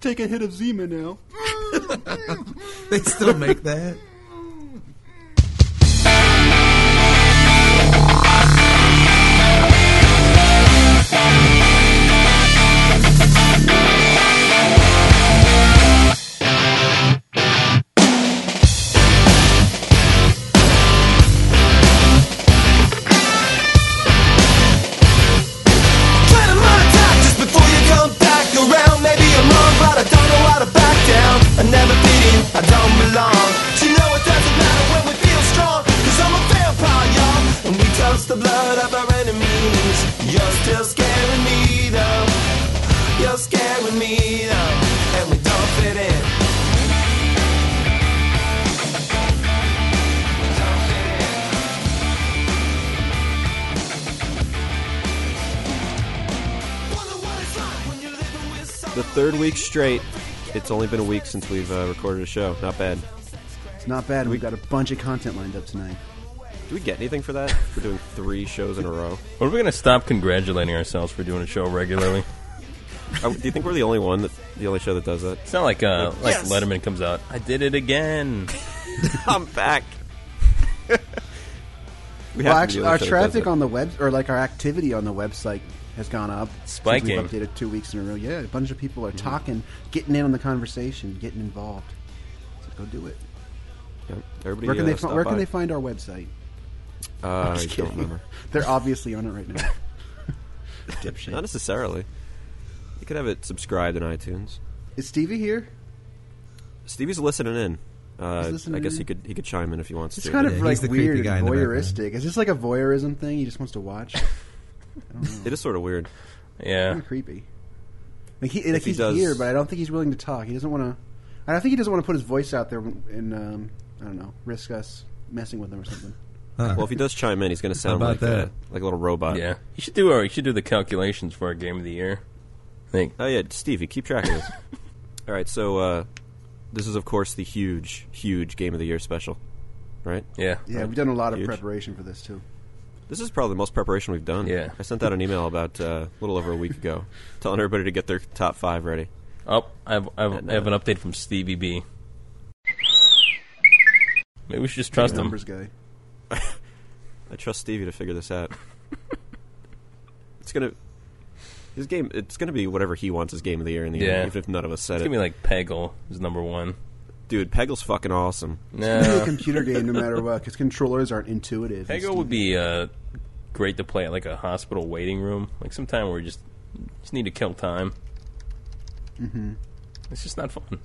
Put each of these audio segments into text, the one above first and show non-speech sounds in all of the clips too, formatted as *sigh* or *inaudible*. take a hit of Zima now. They still make that. Try to monetize just before you come back around. Maybe I'm wrong, but I don't know how to back down. I never fit in, I don't belong. But you know it doesn't matter when we feel strong. Cause I'm a vampire, y'all. And we toast the blood of our enemies. You're still scaring me, though. You're scaring me, though. And we don't fit in. Don't fit in. Wonder what it's like when you're living with The third week straight. It's only been a week since we've uh, recorded a show. Not bad. It's not bad. We've got a bunch of content lined up tonight. Do we get anything for that? We're doing three shows in a row. Are we gonna stop congratulating ourselves for doing a show regularly? Are, do you think we're the only one that the only show that does that? It's not like uh, like Yes. Letterman comes out. I did it again. I'm back. we Well, have to actually, be the only our show that does traffic it. on the web, or like our activity on the website, has gone up. since Spiking. We've updated two weeks in a row. Yeah, a bunch of people are Mm-hmm. talking, getting in on the conversation, getting involved. So go do it. Yep. Everybody, Where can uh, they? stop Fi- where can by. they find our website? Uh, I'm just I don't kidding. *laughs* remember. They're obviously on it right *laughs* now. Not Dipshit. necessarily. You could have it subscribed in iTunes. Is Stevie here? Stevie's listening in. Uh, He's listening I guess in. he could he could chime in if he wants It's to. kind Yeah, of he's like the creepy weird guy in and the background. voyeuristic. Is this like a voyeurism thing? He just wants to watch. *laughs* It is sort of weird. Yeah, kind of creepy. Like he, like he he's does- here, but I don't think he's willing to talk. He doesn't want to. I don't think he doesn't want to put his voice out there and um, I don't know, risk us messing with him or something. Huh. Well, if he does chime in, he's going to sound like about uh, that? like a little robot. yeah. You should do our. You should do the calculations for our game of the year. I think. Oh yeah, Stevie, keep track of *laughs* this. All right, so uh, this is of course the huge, huge game of the year special, right? Yeah. Yeah, we've done a lot of Huge. preparation for this too. This is probably the most preparation we've done. Yeah. I sent out an email about uh, a little over a week *laughs* ago, telling everybody to get their top five ready. Oh, I've, I've, And, I have uh, an update from Stevie B. Maybe we should just trust him. Numbers guy. I trust Stevie to figure this *laughs* out. it's gonna his game. It's gonna be whatever he wants his game of the year in the Yeah. end, even if none of us said Give it. me like Peggle is number one. Dude, Peggle's fucking awesome. It's a No, computer game, no matter what, because controllers aren't intuitive. Peggle would be uh, great to play at like a hospital waiting room, like sometime where we just just need to kill time. Mm-hmm. Mm-hmm. It's just not fun.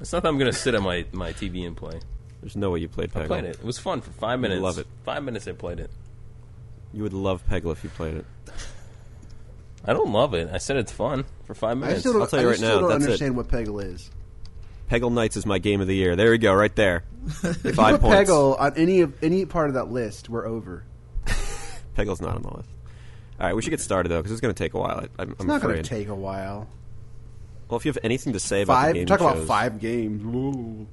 It's not that I'm gonna sit at my, my TV and play. There's no way you played Peggle. I played it. It was fun for five minutes. love it. Five minutes I played it. You would love Peggle if you played it. I don't love it. I said it's fun for five I minutes. still don't, I'll tell you I right still now, don't that's it. understand what Peggle is. Peggle Knights is my game of the year. There we go, right there. If Five you put points. Peggle on any of any part of that list, we're over. Peggle's not on the list. All right, we should get started though, because it's going to take a while. I, I'm, It's I'm not going afraid. to take a while. well, if you have anything to say about the Five. game Talk you about chose- five games. Whoa.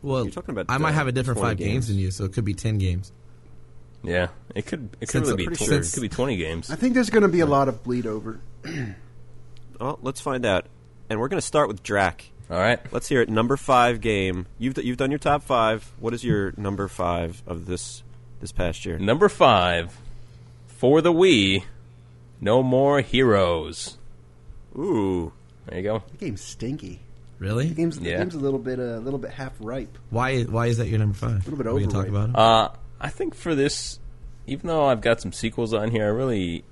well, you're talking about, I might uh, have a different 20 five games. games. than you, so it could be ten games. yeah, it could. It could Since- really I'm be. pretty Tw- sure- It could be twenty games. I think there's going to be a lot of bleed over. Well, let's find out, and we're going to start with Drac. All right. Let's hear it. Number five game. You've d- you've done your top five. What is your number five of this this past year? Number five for the Wii. No more heroes. Ooh, There you go. The game's stinky. The Really? game's, the Yeah. game's a little bit uh, a little bit half ripe. Why? Why is that your number five? little bit Are we gonna talk overrated. about it? Uh, I think for this, even though I've got some sequels on here, I really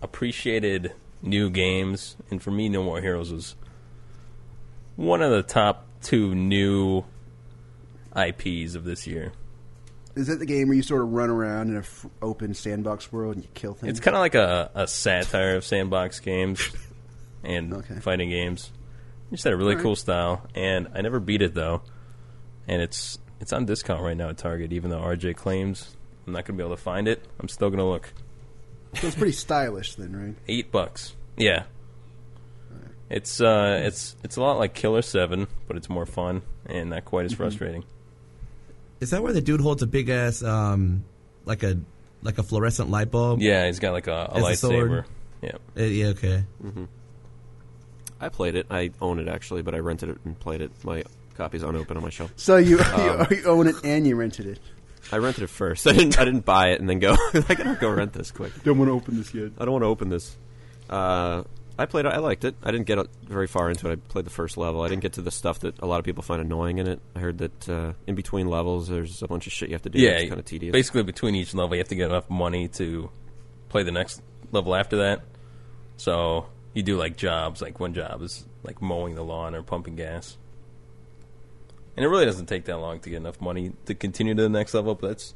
appreciated new games, and for me, No More Heroes was one of the top two new IPs of this year. Is that the game where you sort of run around in an f- open sandbox world and you kill things? It's kind of like a, a satire of sandbox games and Okay. fighting games. It Just had a really cool style, and I never beat it though. And it's it's on discount right now at Target, even though RJ claims I'm not going to be able to find it. I'm still going to look. so it's pretty stylish, then, right? Eight bucks. Yeah. It's uh, it's it's a lot like Killer Seven, but it's more fun and not quite as Mm-hmm. frustrating. Is that where the dude holds a big ass, um, like a like a fluorescent light bulb? Uh, Yeah, he's got like a, a As a sword. lightsaber. Yeah, Uh, yeah. Okay. I played it. I own it actually, but I rented it and played it. My copy's unopened on my shelf. So you, *laughs* Um, you you own it and you rented it. I rented it first. *laughs* I didn't. I didn't buy it and then go. *laughs* I gotta go rent this quick. Don't want to open this yet. I don't want to open this. Uh, I played it. I liked it. I didn't get uh, very far into it. I played the first level. I didn't get to the stuff that a lot of people find annoying in it. I heard that uh, in between levels, there's a bunch of shit you have to do. yeah, it's kind of tedious. Basically, between each level, you have to get enough money to play the next level after that. So you do like jobs. Like one job is like mowing the lawn or pumping gas, and it really doesn't take that long to get enough money to continue to the next level. But that's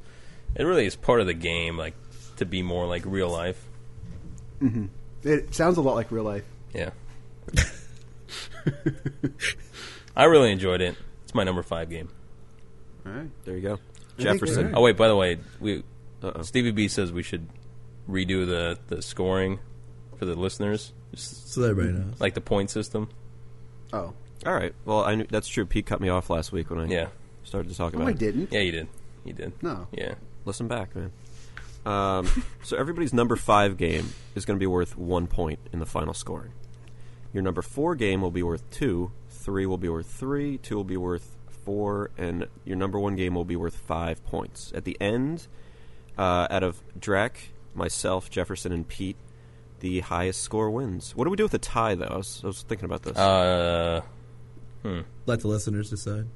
it. Really, is part of the game, like to be more like real life. It sounds a lot like real life. Yeah. I really enjoyed it. It's my number five game. All right. there you go. think Jefferson. we're- Oh wait, by the way, we Uh-oh. Stevie B says we should redo the, the scoring for the listeners, just So that everybody knows. like the point system. Oh, All right. Well, I knew, that's true. Pete cut me off last week when I Yeah, started to talk no, about I it. didn't. yeah, you did, you did. No. Yeah, Listen back, man. Um, *laughs* so everybody's number five game is going to be worth one point in the final scoring. Your number four game will be worth two, three will be worth three, two will be worth four, and your number one game will be worth five points. At the end, uh, out of Drac, myself, Jefferson, and Pete, the highest score wins. What do we do with a tie, though? I was, I was thinking about this. uh, Let the listeners decide.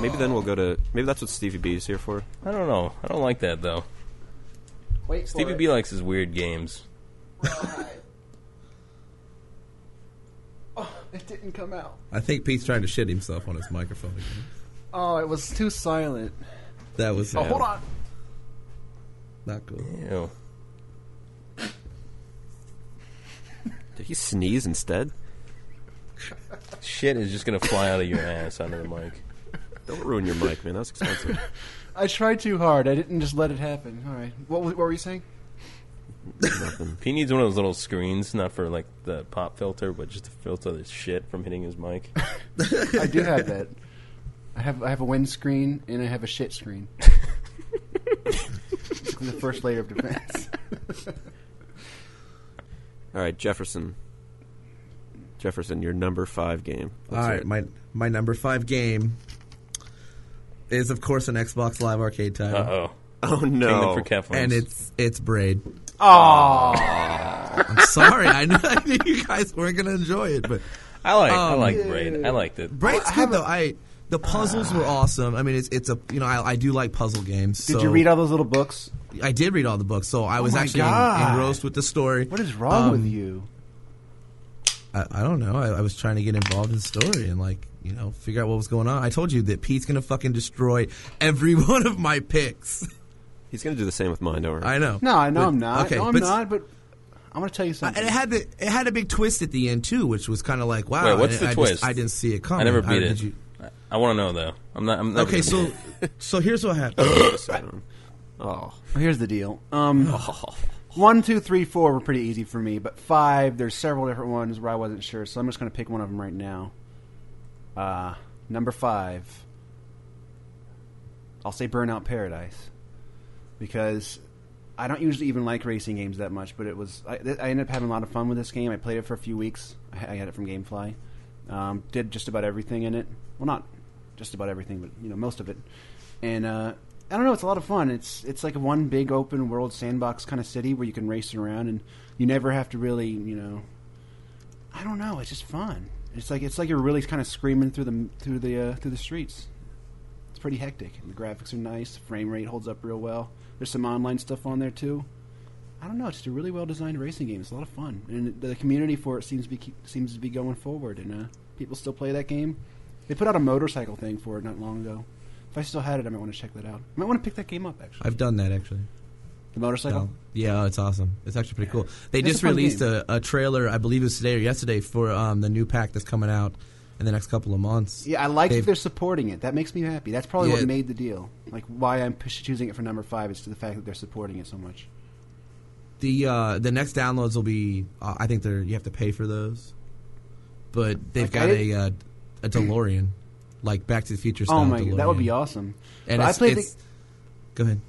maybe then we'll go to. Maybe that's what Stevie B is here for. I don't know. I don't like that though. Wait, Stevie B likes his weird games. Oh, It didn't come out. I think Pete's trying to shit himself on his microphone again. Oh, it was too silent. That was Oh, hold on. not cool. Ew. Did he sneeze instead? Shit is just gonna fly out of your ass onto the mic. Don't ruin your mic, man. That's expensive. I tried too hard. I didn't just let it happen. All right. What, was- what were you saying? He needs one of those little screens, not for like the pop filter, but just to filter the shit from hitting his mic. *laughs* I do have that. I have I have a win screen and I have a shit *laughs* screen. It's the first layer of *laughs* defense. All right, Jefferson. Jefferson, your number five game. Let's All hear right, it. my my number five game is of course an Xbox Live Arcade Uh title, oh. *laughs* oh Kingdom no! for Keflons. and it's it's Braid. Oh, I'm sorry, I know I knew you guys weren't gonna enjoy it, but I like I Um, like Braid. I liked it. Braid's good though. I the puzzles were awesome. I mean, it's it's a you know I, I do like puzzle games. did you read all those little books? I did read all the books, so I was my actually en- God. engrossed with the story. What is wrong Um, with you? I, I don't know. I, I was trying to get involved in the story and like you know figure out what was going on. I told you that Pete's gonna fucking destroy every *laughs* one of my picks. He's going to do the same with mine. Don't worry. I know. No, I know But- I'm not. Okay, no, I'm but, not. But I want to tell you something. And it had the it had a big twist at the end too, which was kind of like wow. Wait, what's I- the I just- twist? I didn't see it coming. I never beat did it. *laughs* you- I, want to know though. I'm not. I'm not okay, gonna so beat it. *laughs* so here's *laughs* what *laughs* happened. oh, Well, here's the deal. Um, Oh. One, two, three, four were pretty easy for me, but five, there's several different ones where I wasn't sure, so I'm just going to pick one of them right now. Uh, number five, I'll say Burnout Paradise because I don't usually even like racing games that much, but it was I, th- I ended up having a lot of fun with this game. I played it for a few weeks. I, ha- I had it from GameFly. Um, did just about everything in it. Well, not just about everything, but you know most of it. And uh, I don't know. It's a lot of fun. It's it's like one big open world sandbox kind of city where you can race around and you never have to really you know. I don't know. It's just fun. It's like it's like you're really kind of screaming through the through the uh, through the streets it's pretty hectic. And the graphics are nice. The frame rate holds up real well. There's some online stuff on there too. I don't know. It's just a really well designed racing game. It's a lot of fun, and the community for it seems to be keep- seems to be going forward. And uh, people still play that game. They put out a motorcycle thing for it not long ago. If I still had it, I might want to check that out. I might want to pick that game up actually. I've done that actually. The motorcycle. No. Yeah, it's awesome. It's actually pretty cool. They It's a just fun released game. a, a trailer, I believe it was today or yesterday, for um, the new pack that's coming out in the next couple of months. Yeah, I like that They've- they're supporting it. That makes me happy. That's probably what Yeah. made the deal. Like why I'm push- choosing it for number five is to the fact that they're supporting it so much. the uh, the next downloads will be. Uh, I think they're you have to pay for those, but they've Like, got I a uh, a DeLorean, like Back to the Future style. Oh my god, that would be DeLorean. awesome. And But I it's, played the- it's- go ahead.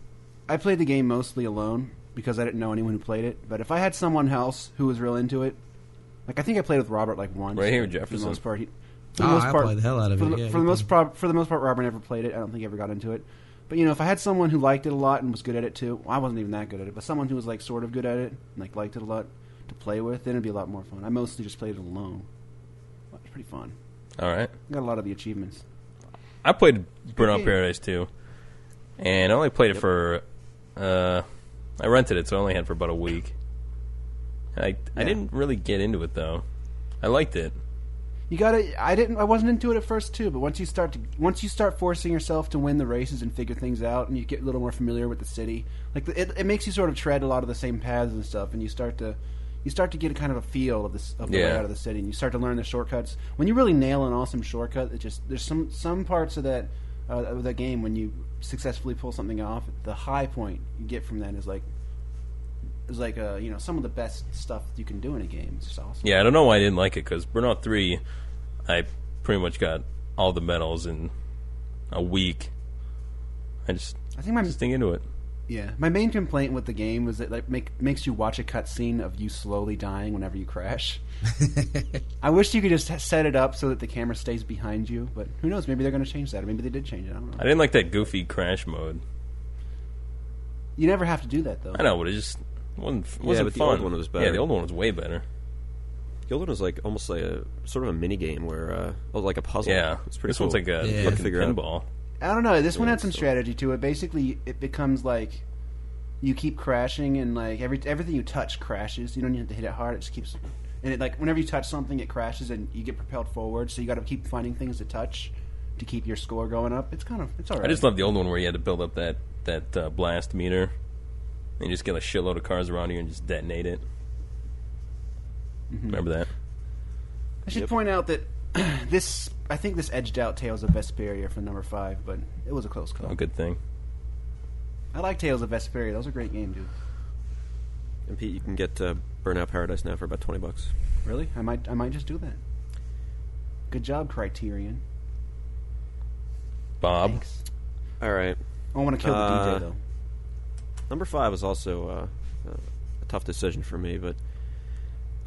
I played the game mostly alone because I didn't know anyone who played it. But if I had someone else who was real into it, Like I think I played with Robert like once. Right here, For the Jefferson. most part, he, for Ah, I played the hell out of for it, the- yeah, for he the most played. prob- for the most part, Robert never played it. I don't think he ever got into it. But you know, if I had someone who liked it a lot and was good at it too, well, I wasn't even that good at it. But someone who was like sort of good at it, and, like liked it a lot to play with, then it'd be a lot more fun. I mostly just played it alone. It was pretty fun. All right. I got a lot of the achievements. I played Burnout game. Paradise too, and I only played it for. Uh, I rented it, so I only had it for about a week. I I Yeah. didn't really get into it though. I liked it. You gotta. I didn't. I wasn't into it at first too. But once you start to, once you start forcing yourself to win the races and figure things out, and you get a little more familiar with the city, like it, it makes you sort of tread a lot of the same paths and stuff, and you start to, you start to get a kind of a feel of this of the Yeah. layout of the city, and you start to learn the shortcuts. When you really nail an awesome shortcut, it just there's some some parts of that uh, of that game when you successfully pull something off. The high point you get from that is like. Is like uh you know some of the best stuff you can do in a game. It's just awesome. Yeah, I don't know why I didn't like it because Burnout Three, I pretty much got all the medals in a week. I just I think my just didn't get into it. Yeah, my main complaint with the game was that like make, makes you watch a cutscene of you slowly dying whenever you *laughs* crash. I wish you could just set it up so that the camera stays behind you, but who knows? Maybe they're going to change that, or maybe they did change it. I don't I know. didn't like that goofy crash mode. You never have to do that though. I know, but it just wasn't wasn't but the fun. old one was Yeah, better. the old one was way better. The old one was like almost like a sort of a mini game where uh, oh, like a puzzle. Yeah, it's pretty. this cool. one's like a Yeah. fucking Figure out. pinball. I don't know. This one Yeah, had some so- strategy to it. Basically, it becomes like you keep crashing, and like every everything you touch crashes. You don't need to hit it hard; it just keeps. And it like whenever you touch something, it crashes, and you get propelled forward. So you got to keep finding things to touch to keep your score going up. It's kind of it's alright. I just love the old one where you had to build up that that uh, blast meter, and you just get a shitload of cars around you and just detonate it. Mm-hmm. Remember that? I should point out that *clears throat* this, I think this edged out Tales of Vesperia for number five, but it was a close call. Oh, good thing. I like Tales of Vesperia. That was a great game, dude. And Pete, you can get uh, Burnout Paradise now for about twenty bucks. Really? I might, I might just do that. Good job, Criterion. Bob, Thanks. All right, I want to kill the Uh, DJ though. number five is also uh, uh, a tough decision for me, but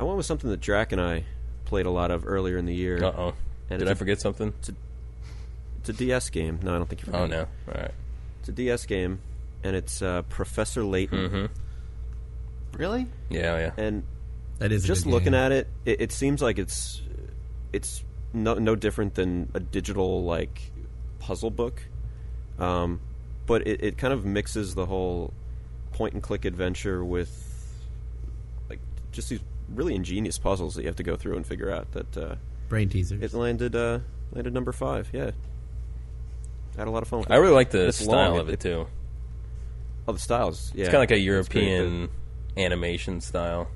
I went with something that Drac and I played a lot of earlier in the year. uh oh, And did it's I a- forget something? It's a DS game. No, I don't think you. forgot. Oh no! All right, It's a DS game, and it's uh, Professor Layton. Mm-hmm. Really? yeah, yeah. And That is a just good looking game. at it, it, it seems like it's it's no, no different than a digital like puzzle book, um, but it, it kind of mixes the whole point and click adventure with like just these really ingenious puzzles that you have to go through and figure out. That uh, brain teasers. it landed uh, landed number five. Yeah, I had a lot of fun. With I it. really like the It's style long. of it too. Oh, the styles. Yeah, It's kind of like a pretty good. European animation style.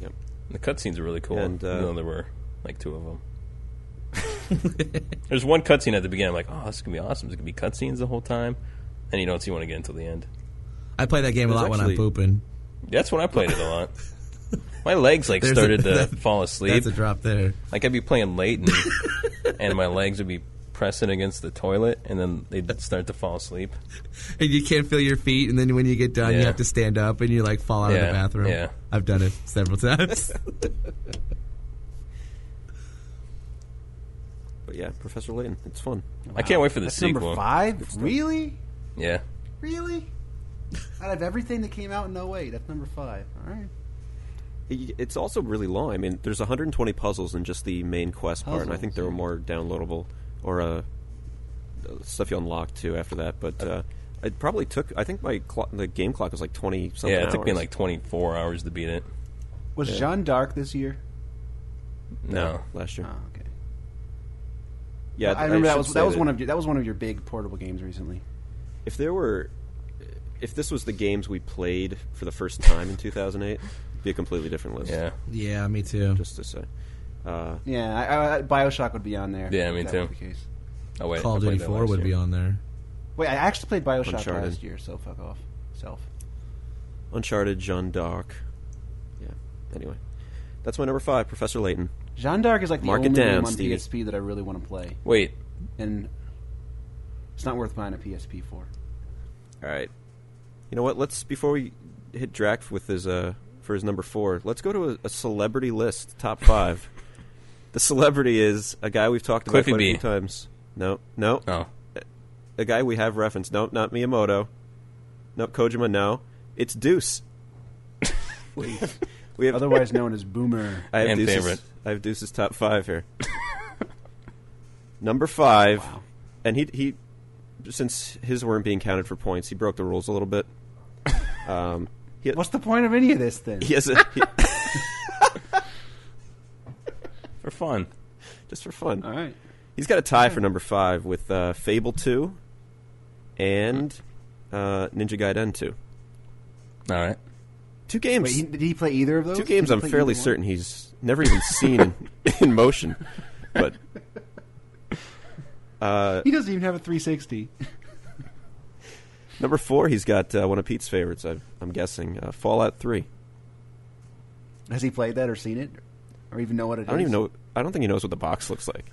Yep. The cutscenes are really cool. And, uh, even though there were like two of *laughs* them. There's one cutscene at the beginning. I'm like, oh, this is gonna be awesome. There's gonna be cutscenes the whole time, and you don't see one again until the end. I play that game a There's lot when I'm actually- pooping. That's when I played it *laughs* a lot. My legs like There's a- started to that- fall asleep. That's a drop there. like I'd be playing late, *laughs* and, and my legs would be pressing against the toilet, and then they'd start to fall asleep. And you can't feel your feet, and then when you get done, you Yeah. have to stand up, and you like fall out of Yeah, the bathroom. yeah. I've done it several *laughs* times. But yeah, Professor Layton. It's fun. I can't wait for the That's sequel. number five. Really? Yeah, Really? *laughs* Out of everything that came out in 08, that's number five. All right. It- It's also really long. I mean, there's 120 puzzles in just the main quest part, and I think there were more downloadable or uh, uh, stuff you unlock too after that. But uh, it probably took. I think my clock, the game clock was like 20 something. yeah. It took me hours. like 24 hours to beat it. Was Jeanne d'Arc this year? No, last year. Oh, okay. yeah, I remember that should was say that was one of your, that was one of your big portable games recently. If there were, if this was the games we played for the first time in 2008, it'd be a completely different list. yeah. yeah, me too. just to say. Uh, Yeah, I, I, Bioshock would be on there. Yeah, if me that too. were the case. Oh wait, Call I of played Duty that 4 last would year. be on there. Wait, I actually played Bioshock Uncharted. last year, so fuck off. Self. Uncharted, Jeanne d'Arc. Yeah. Anyway, that's my number five, Professor Layton. Jeanne d'Arc is like the Mark it only down, game on Stevie. PSP that I really want to play, Wait, and it's not worth buying a PSP for. All right. You know what? Let's before we hit Drac with his uh for for his number four. Let's go to a, a celebrity list top five. *laughs* the celebrity is a guy we've talked about Cliffy quite B. a few times. No, no, Oh, a guy we have referenced. Nope, not Miyamoto. Nope, Kojima. No, it's Deuce. *laughs* we have. Otherwise known as *laughs* Boomer. I have And Deuce's, favorite. I have Deuce's top five here. *laughs* Number five, Wow. and he he, since his weren't being counted for points, he broke the rules a little bit. Um, he, What's the point of any of this then? he has a he, *laughs* for fun. just for fun. All right. He's got a tie for number five with uh, Fable Two and uh, Ninja Gaiden Two. All right. Two games. Wait, he, did he play either of those? two games. Did he I'm play fairly either one? certain he's never even seen *laughs* in, in motion, but He doesn't even have a 360. *laughs* Number four, he's got uh, one of Pete's favorites. i I'm guessing uh, Fallout Three. Has he played that or seen it? Or even know what it is? I don't even know. I don't think he knows what the box looks like.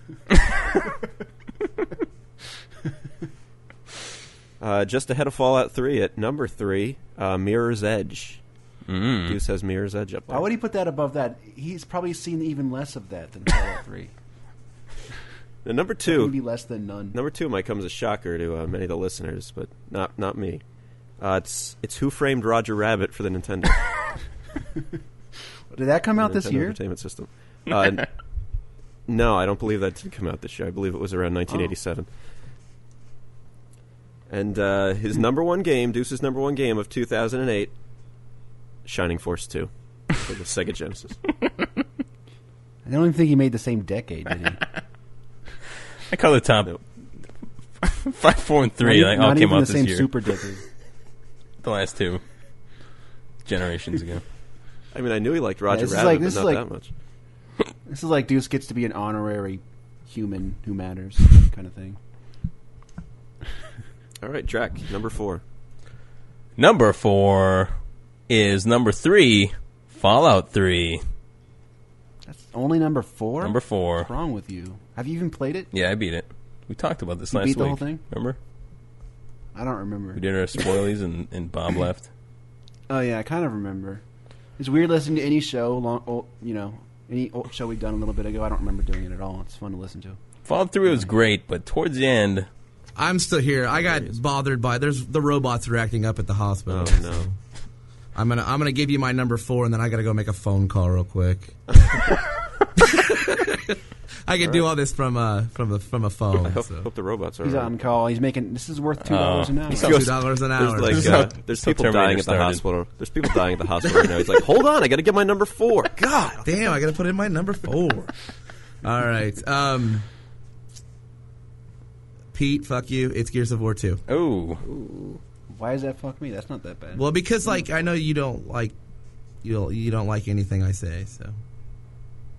*laughs* uh, just ahead of Fallout Three at number three, uh, Mirror's Edge. Mm. Deuce has Mirror's Edge up there. Why would he put that above that? He's probably seen even less of that than Fallout 3. And number Maybe two, less than none. number two might come as a shocker to uh, many of the listeners, but not not me. Uh, it's it's Who Framed Roger Rabbit for the Nintendo. Did that come out this Nintendo year? Entertainment System. Uh, n- *laughs* no, I don't believe that did come out this year. I believe it was around Oh. 1987. And uh, his number one game, Deuce's number one game of 2008, Shining Force 2 for the Sega Genesis. I don't even think he made the same decade, did he? I call the top Nope. *laughs* five, four, and three. Not like even, all not came even out the this same year. super decade. the last two generations ago. *laughs* I mean, I knew he liked Roger this is Rabbit, like- but this is not like- that much. *laughs* This is like Deuce gets to be an honorary human who matters kind of thing. All right, track number four. Number four is number three, Fallout Three. That's only number four? Number four. What's wrong with you? Have you even played it? Yeah, I beat it. We talked about this You last beat the week. whole thing? Remember? I don't remember. We did our spoilies and, and Bob left. Oh yeah, I kind of remember. It's weird listening to any show, long, old, you know, any old show we've done a little bit ago. I don't remember doing it at all. It's fun to listen to. Fallout Three was great, but towards the end, I'm still here. I got bothered by there's the robots are acting up at the hospital. Oh, no. so I'm gonna I'm gonna give you my number four, and then I gotta go make a phone call real quick. *laughs* I could do all this from uh from a from a phone. Hope, so. hope the robots are He's right. on call. He's making. This is worth two Uh, dollars an hour. he's Two dollars an There's, hour. like, This is uh, how- there's how people Terminator dying at the started. hospital. There's people dying at the hospital right now. He's like, hold on, I got to get my number *laughs* four. God. Damn, I gotta put in my number four. All right. Um Pete, fuck you. It's Gears of War 2. oh, Why is that fuck me? That's not that bad. Well, because like I know you don't like you don't, you don't like anything I say, so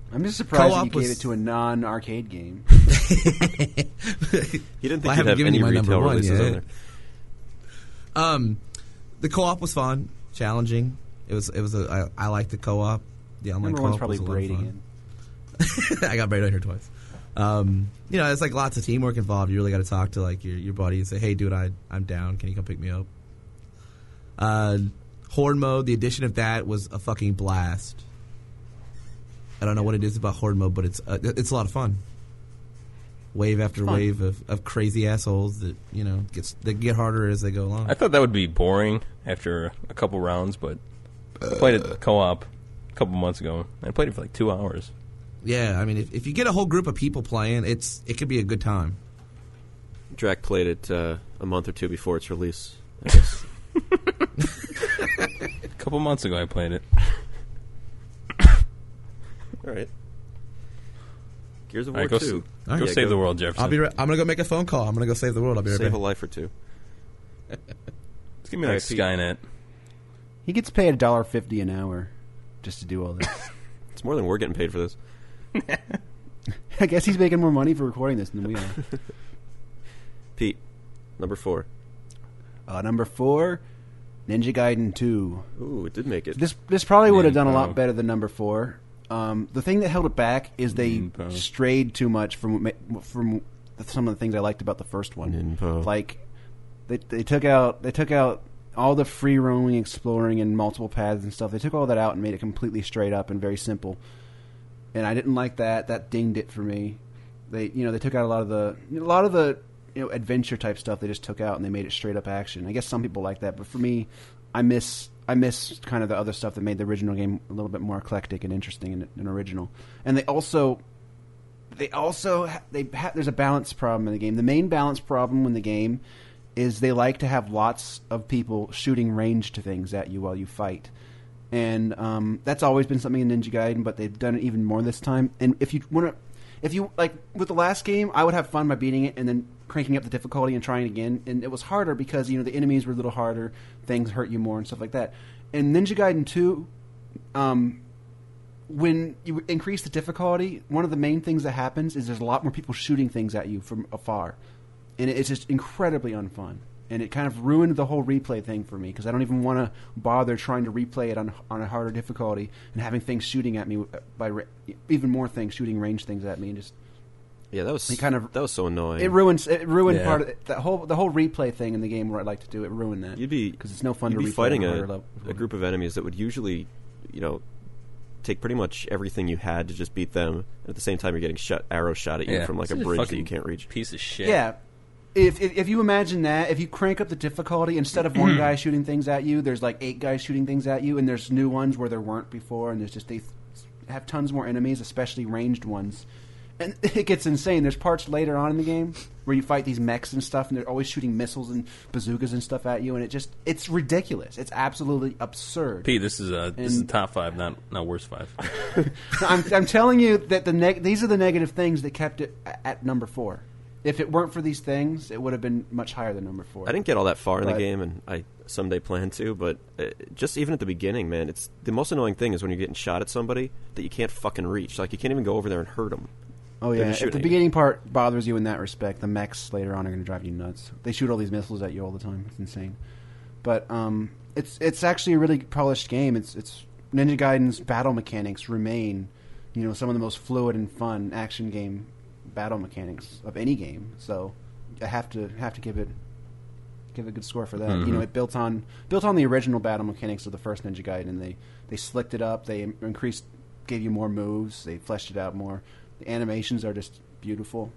*laughs* I'm just surprised that Co-op you was- gave it to a non-arcade *laughs* game. He didn't Well, I think haven't he'd have given any you my number retail one releases yet. on there. um the co-op was fun, challenging. It was it was a I, I liked the co-op. The online Number one's co-op probably was a lot of braiding fun. it. *laughs* I got buried on here twice. Um, you know, it's like lots of teamwork involved. You really got to talk to like your your buddy and say, "Hey, dude, I I'm down. Can you come pick me up?" Uh, Horde mode. The addition of that was a fucking blast. I don't know what it is about Horde mode, but it's uh, it's a lot of fun. Wave after fun. wave of, of crazy assholes that you know gets that get harder as they go along. I thought that would be boring after a couple rounds, but I played it co-op a couple months ago. I played it for like two hours. yeah, I mean, if, if you get a whole group of people playing, it's it could be a good time. Drac played it uh, a month or two before its release. I guess. A couple months ago, I played it. All right. Gears of All War right, go, s- Two. go right. Yeah, save the world, Jefferson. I'll be. Re- I'm gonna go make a phone call. I'm gonna go save the world. I'll be right Save back. a life or two. Just give me like All right, Pete. Skynet. He gets paid a dollar fifty an hour just to do all this. It's more than we're getting paid for this. *laughs* I guess he's making more money for recording this than we *laughs* are. Pete, number four. Uh, number four, Ninja Gaiden Two. Ooh, it did make it. This this probably would have done a Ninpo. lot better than number four. Um, the thing that held it back is they Ninpo. strayed too much from ma- from some of the things I liked about the first one. Ninpo. Like they they took out they took out all the free roaming, exploring, and multiple paths and stuff. They took all that out and made it completely straight up and very simple. And I didn't like that. That dinged it for me. They, you know, they took out a lot of the a lot of the you know adventure type stuff. They just took out and they made it straight up action. I guess some people like that, but for me, I miss I miss kind of the other stuff that made the original game a little bit more eclectic and interesting and, and original. And they also they also ha- they ha- there's a balance problem in the game. The main balance problem in the game is they like to have lots of people shooting ranged things at you while you fight, and um, that's always been something in Ninja Gaiden, but they've done it even more this time. And if you want to, if you like with the last game, I would have fun by beating it and then cranking up the difficulty and trying again, and it was harder because you know the enemies were a little harder, things hurt you more and stuff like that. In Ninja Gaiden Two, um, when you increase the difficulty, one of the main things that happens is there's a lot more people shooting things at you from afar, and it's just incredibly unfun. And it kind of ruined the whole replay thing for me because I don't even want to bother trying to replay it on on a harder difficulty and having things shooting at me uh, by ra- even more things shooting range things at me and just Yeah, that was They kind of- that was so annoying. it ruins it ruined Yeah. part of it, that whole the whole replay thing in the game where I like to do it ruined that you'd be because it's no fun you'd to be replay fighting on a, harder level. a group of enemies that would usually, you know, take pretty much everything you had to just beat them. And at the same time, you're getting shot arrow shot at you Yeah. from like a Such bridge that fucking you can't reach. Piece of shit. Yeah. If, if, if you imagine that, if you crank up the difficulty, instead of one guy shooting things at you, there's like eight guys shooting things at you, and there's new ones where there weren't before, and there's just they th- have tons more enemies, especially ranged ones, and *laughs* it gets insane. There's parts later on in the game where you fight these mechs and stuff, and they're always shooting missiles and bazookas and stuff at you, and it just it's ridiculous. It's absolutely absurd. P, this is a this is And- top five, not not *laughs* worst five. I'm, I'm telling you that the neg- these are the negative things that kept it a- at number four. If it weren't for these things, it would have been much higher than number four. I didn't get all that far in the But- game, and I someday plan to. But uh, just even at the beginning, man, it's the most annoying thing is when you're getting shot at somebody that you can't fucking reach. Like you can't even go over there and hurt them. Oh They're yeah, just if the shooting. beginning part bothers you in that respect, the mechs later on are going to drive you nuts. They shoot all these missiles at you all the time. It's insane. But um, it's it's actually a really polished game. It's it's Ninja Gaiden's battle mechanics remain, you know, some of the most fluid and fun action game battle mechanics of any game. So I have to have to give it give it a good score for that. Mm-hmm. You know, it built on built on the original battle mechanics of the first Ninja Gaiden. and They they slicked it up. They increased, gave you more moves. They fleshed it out more. The animations are just beautiful.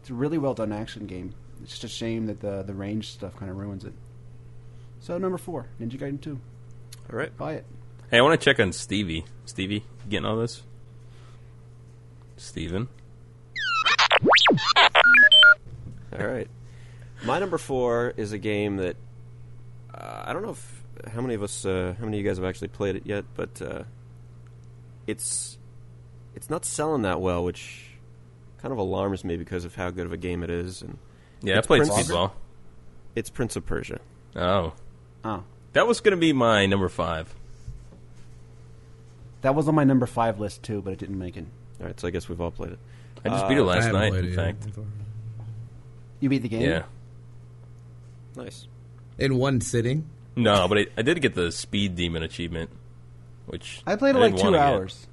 It's a really well done action game. It's just a shame that the the range stuff kind of ruins it. So number four, Ninja Gaiden Two. All right, Buy it. Hey, I want to check on Stevie. Stevie, you getting all this? Steven? all right. My number four is a game that uh, I don't know if how many of us, uh, how many of you guys have actually played it yet, but uh, it's it's not selling that well, which kind of alarms me because of how good of a game it is and Yeah, It's I played Prince. speedball. it's Prince of Persia. Oh, Oh, that was going to be my number five. that was on my number five list too, but it didn't make it. All right, so I guess we've all played it. I just Uh, beat it I last haven't night. played In it fact, yet. You beat the game. yeah. Nice. in one sitting. No, but I, I did get the speed demon achievement, which I played it like didn't two wanna get. hours.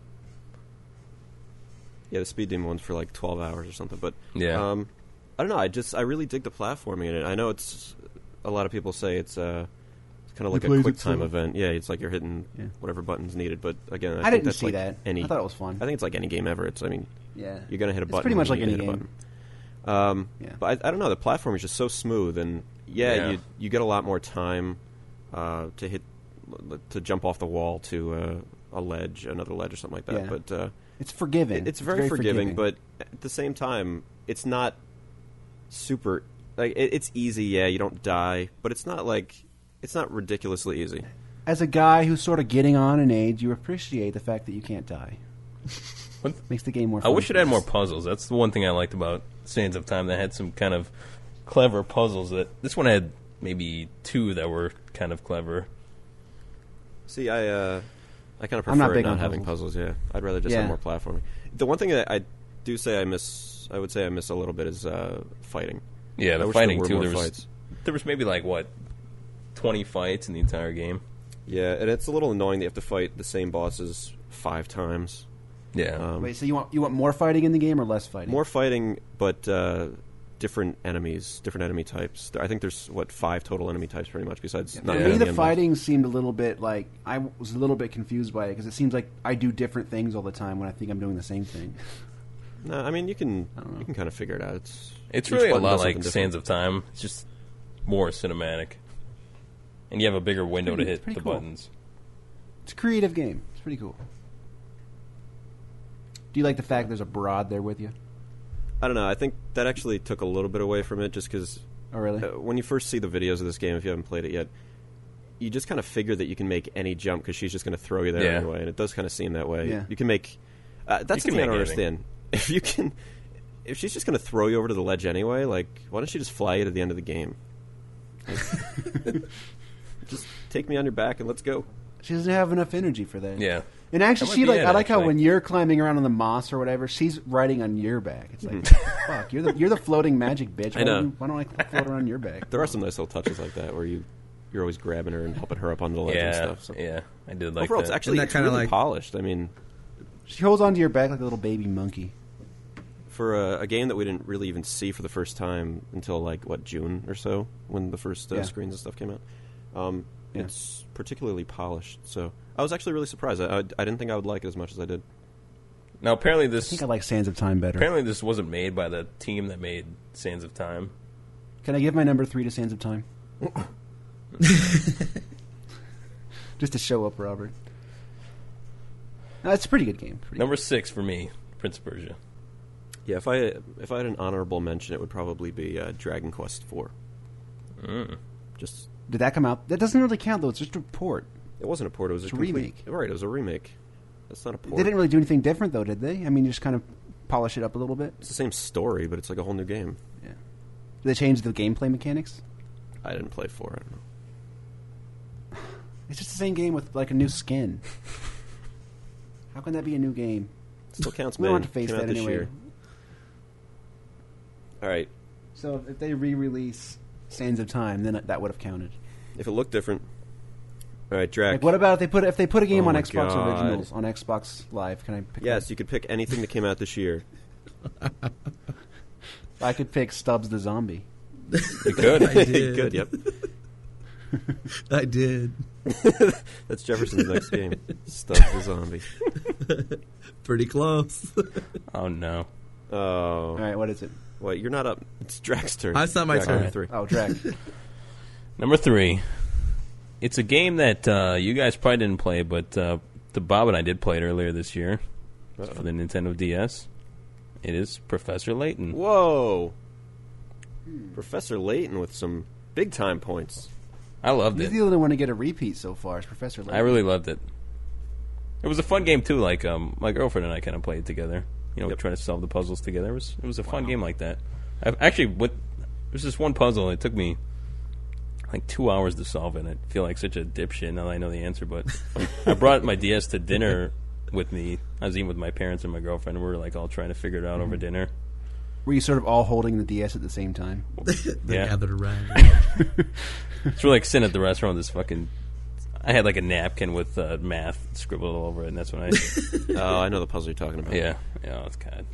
Yeah, the speed demon one's for like twelve hours or something. But Yeah. um, I don't know. I just I really dig the platforming in it. I know it's a lot of people say it's uh, it's kind of like a plays quick it time slow. event. Yeah, it's like you're hitting Yeah. whatever buttons needed. But again, I, I, think didn't that's see like that. Any, I thought it was fun. I think it's like any game ever. It's I mean, yeah, you're gonna hit a It's button. pretty much when like you any hit a game. button. Um, Yeah. but I, I don't know. The platform is just so smooth, and yeah, Yeah. you you get a lot more time uh, to hit to jump off the wall to uh, a ledge, another ledge, or something like that. Yeah. But uh, It's forgiving. it- It's very, forgiving, but at the same time, it's not super. Like it, it's easy, yeah. You don't die, but it's not like it's not ridiculously easy. as a guy who's sort of getting on in age, you appreciate the fact that you can't die. What? Makes the game more. I Fun wish it for had us. more puzzles. That's the one thing I liked about Sands of Time. That had some kind of clever puzzles. That this one had maybe two that were kind of clever. See, I uh, I kind of prefer I'm not not, big on having puzzles. Yeah, I'd rather just Yeah. have more platforming. The one thing that I do say I miss, I would say I miss a little bit is uh, fighting. Yeah, I the wish fighting there were too. more There was fights. there was maybe like what twenty fights in the entire game. Yeah, and it's a little annoying that you have to fight the same bosses five times. Yeah, Um, Uh, Wait, so you want you want more fighting in the game or less fighting? More fighting, but uh, different enemies, different enemy types. There- I think there's what five total enemy types, pretty much. Besides, To not Yeah. me, counting the enemy. fighting seemed a little bit like I was a little bit confused by it because it seems like I do different things all the time when I think I'm doing the same thing. No, I mean you can don't know. you can kind of figure it out. It's It's each really a button lot does something like different. Sands of Time. It's just more cinematic, and you have a bigger window pretty- to it's hit pretty the cool. buttons. It's a creative game. It's pretty cool. Do you like the fact there's a broad there with you? I don't know. I think that actually took a little bit away from it, just because Oh, really? uh, when you first see the videos of this game, if you haven't played it yet, you just kind of figure that you can make any jump because she's just going to throw you there Yeah. anyway, and it does kind of seem that way. Yeah. You can make. Uh, that's You the can thing I don't make anything. understand. *laughs* If you can, if she's just going to throw you over to the ledge anyway, like why don't she just fly you to the end of the *laughs* game? Like, just take me on your back and let's go. She doesn't have enough energy for that. Yeah. And That actually, might she be like it, I like how actually. when you're climbing around on the moss or whatever, she's riding on your back. It's like, *laughs* Mm. fuck, you're the you're the floating magic *laughs* bitch. Why, I know. Don't, you, why don't I cl- float around your back? There are some nice little touches like that where you you're always grabbing her and helping her up onto the ledge yeah, and stuff. So. yeah. I did like Overall, that. it's actually Isn't that it's kinda really like- polished. I mean, She holds onto your back like a little baby monkey. for a, a game that we didn't really even see for the first time until like what June or so when the first uh, Yeah. screens and stuff came out. Um, Yeah. It's particularly polished, so I was actually really surprised. I, I, I didn't think I would like it as much as I did. now apparently I this think I like Sands of Time better. apparently this wasn't made by the team that made Sands of Time. Can I give my number three to Sands of *laughs* Time? Just to show up, Robert. No, it's a pretty good game. Pretty Number six for me, Prince of Persia. Yeah, if I if I had an honorable mention, it would probably be uh, Dragon Quest Four. Just good. Did that come out? That doesn't really count though. It's just a port. it wasn't a port; it was It's a a complete- remake. Right, it was a remake. That's not a port. They didn't really do anything different though, did they? I mean, just kind of polish it up a little bit. it's the same story, but it's like a whole new game. Yeah. Did they change the gameplay mechanics? I didn't play four. I don't know. It's just the same game with like a new skin. How can that be a new game? Still counts, We man. don't have to face Came out that this anyway. year. All right. So if they re-release Sands of Time, then that would have counted. If it looked different. All right, Drac. Like, what about if they put if they put a game Oh on my Xbox God. Originals on Xbox Live? Can I pick? yes, you could pick anything that came out *laughs* this year. one? I could pick Stubbs the Zombie. *laughs* Good. I *laughs* did. Good. Yep. I did. That's Jefferson's next game. *laughs* Stubbs the zombie. Pretty close. oh no. Oh, All right, what is it? wait, you're not up. It's Drac's turn. Oh, it's not my Drac, turn. number Three. Oh, *laughs* Drag. Number three. It's a game that uh, you guys probably didn't play, but uh, the Bob and I did play it earlier this year It's for the Nintendo DS. It is Professor Layton. Whoa, Hmm. Professor Layton with some big *laughs* time points. I loved He's it. the only one to get a repeat so far. Is Professor? Layton. I really loved it. It was a fun game too. Like um, my girlfriend and I kind of played together. You know, Yep. trying to solve the puzzles together. It was it was a fun game like that. I actually what there's this one puzzle. It took me like two hours to solve, and I feel like such a dipshit now that I know the answer. But I brought my DS to *laughs* dinner with me. I was eating with my parents and my girlfriend. We were like all trying to figure it out Mm-hmm. over dinner. Were you sort of all holding the DS at the same *laughs* time? They Yeah. gathered around. It's really like sitting at the restaurant. with This fucking. I had like a napkin with uh, math scribbled all over it, and that's when I Oh, I know the puzzle you're talking about. Yeah, yeah, it's kind.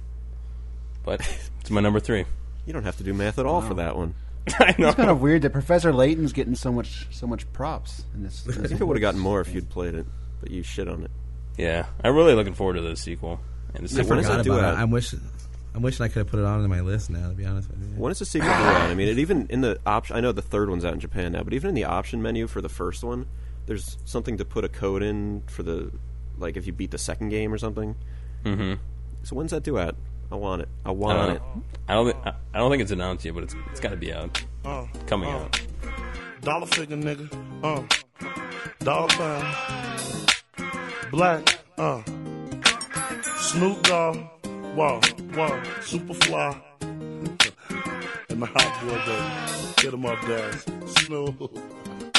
But it's my number three. You don't have to do math at all for that one. I know. It's kind of weird that Professor Layton's getting so much so much props in this. in I this *laughs* think I would awards. have gotten more if you'd played it, but you shit on it. Yeah, I'm really looking forward to the sequel. And I the sequel forgot is- Forgot it do about out? it. I'm wishing. I'm wishing I could have put it on in my list now. To be honest with you, When is the sequel due out? I mean, it even in the option. I know the third one's out in Japan now, but even in the option menu for the first one, there's something to put a code in for the like if you beat the second game or something. Mm-hmm. So when's that due out? I want it. I I want don't it. know. I don't. Think, I I don't think it's announced yet, but it's it's got to be out. Uh, Coming uh, out. Dollar figure nigga. Uh, dollar sign. Black. Uh, Snoop Dogg. Wow, wow. Superfly. *laughs* and my hot boy baby. Get him up, guys. Snoop.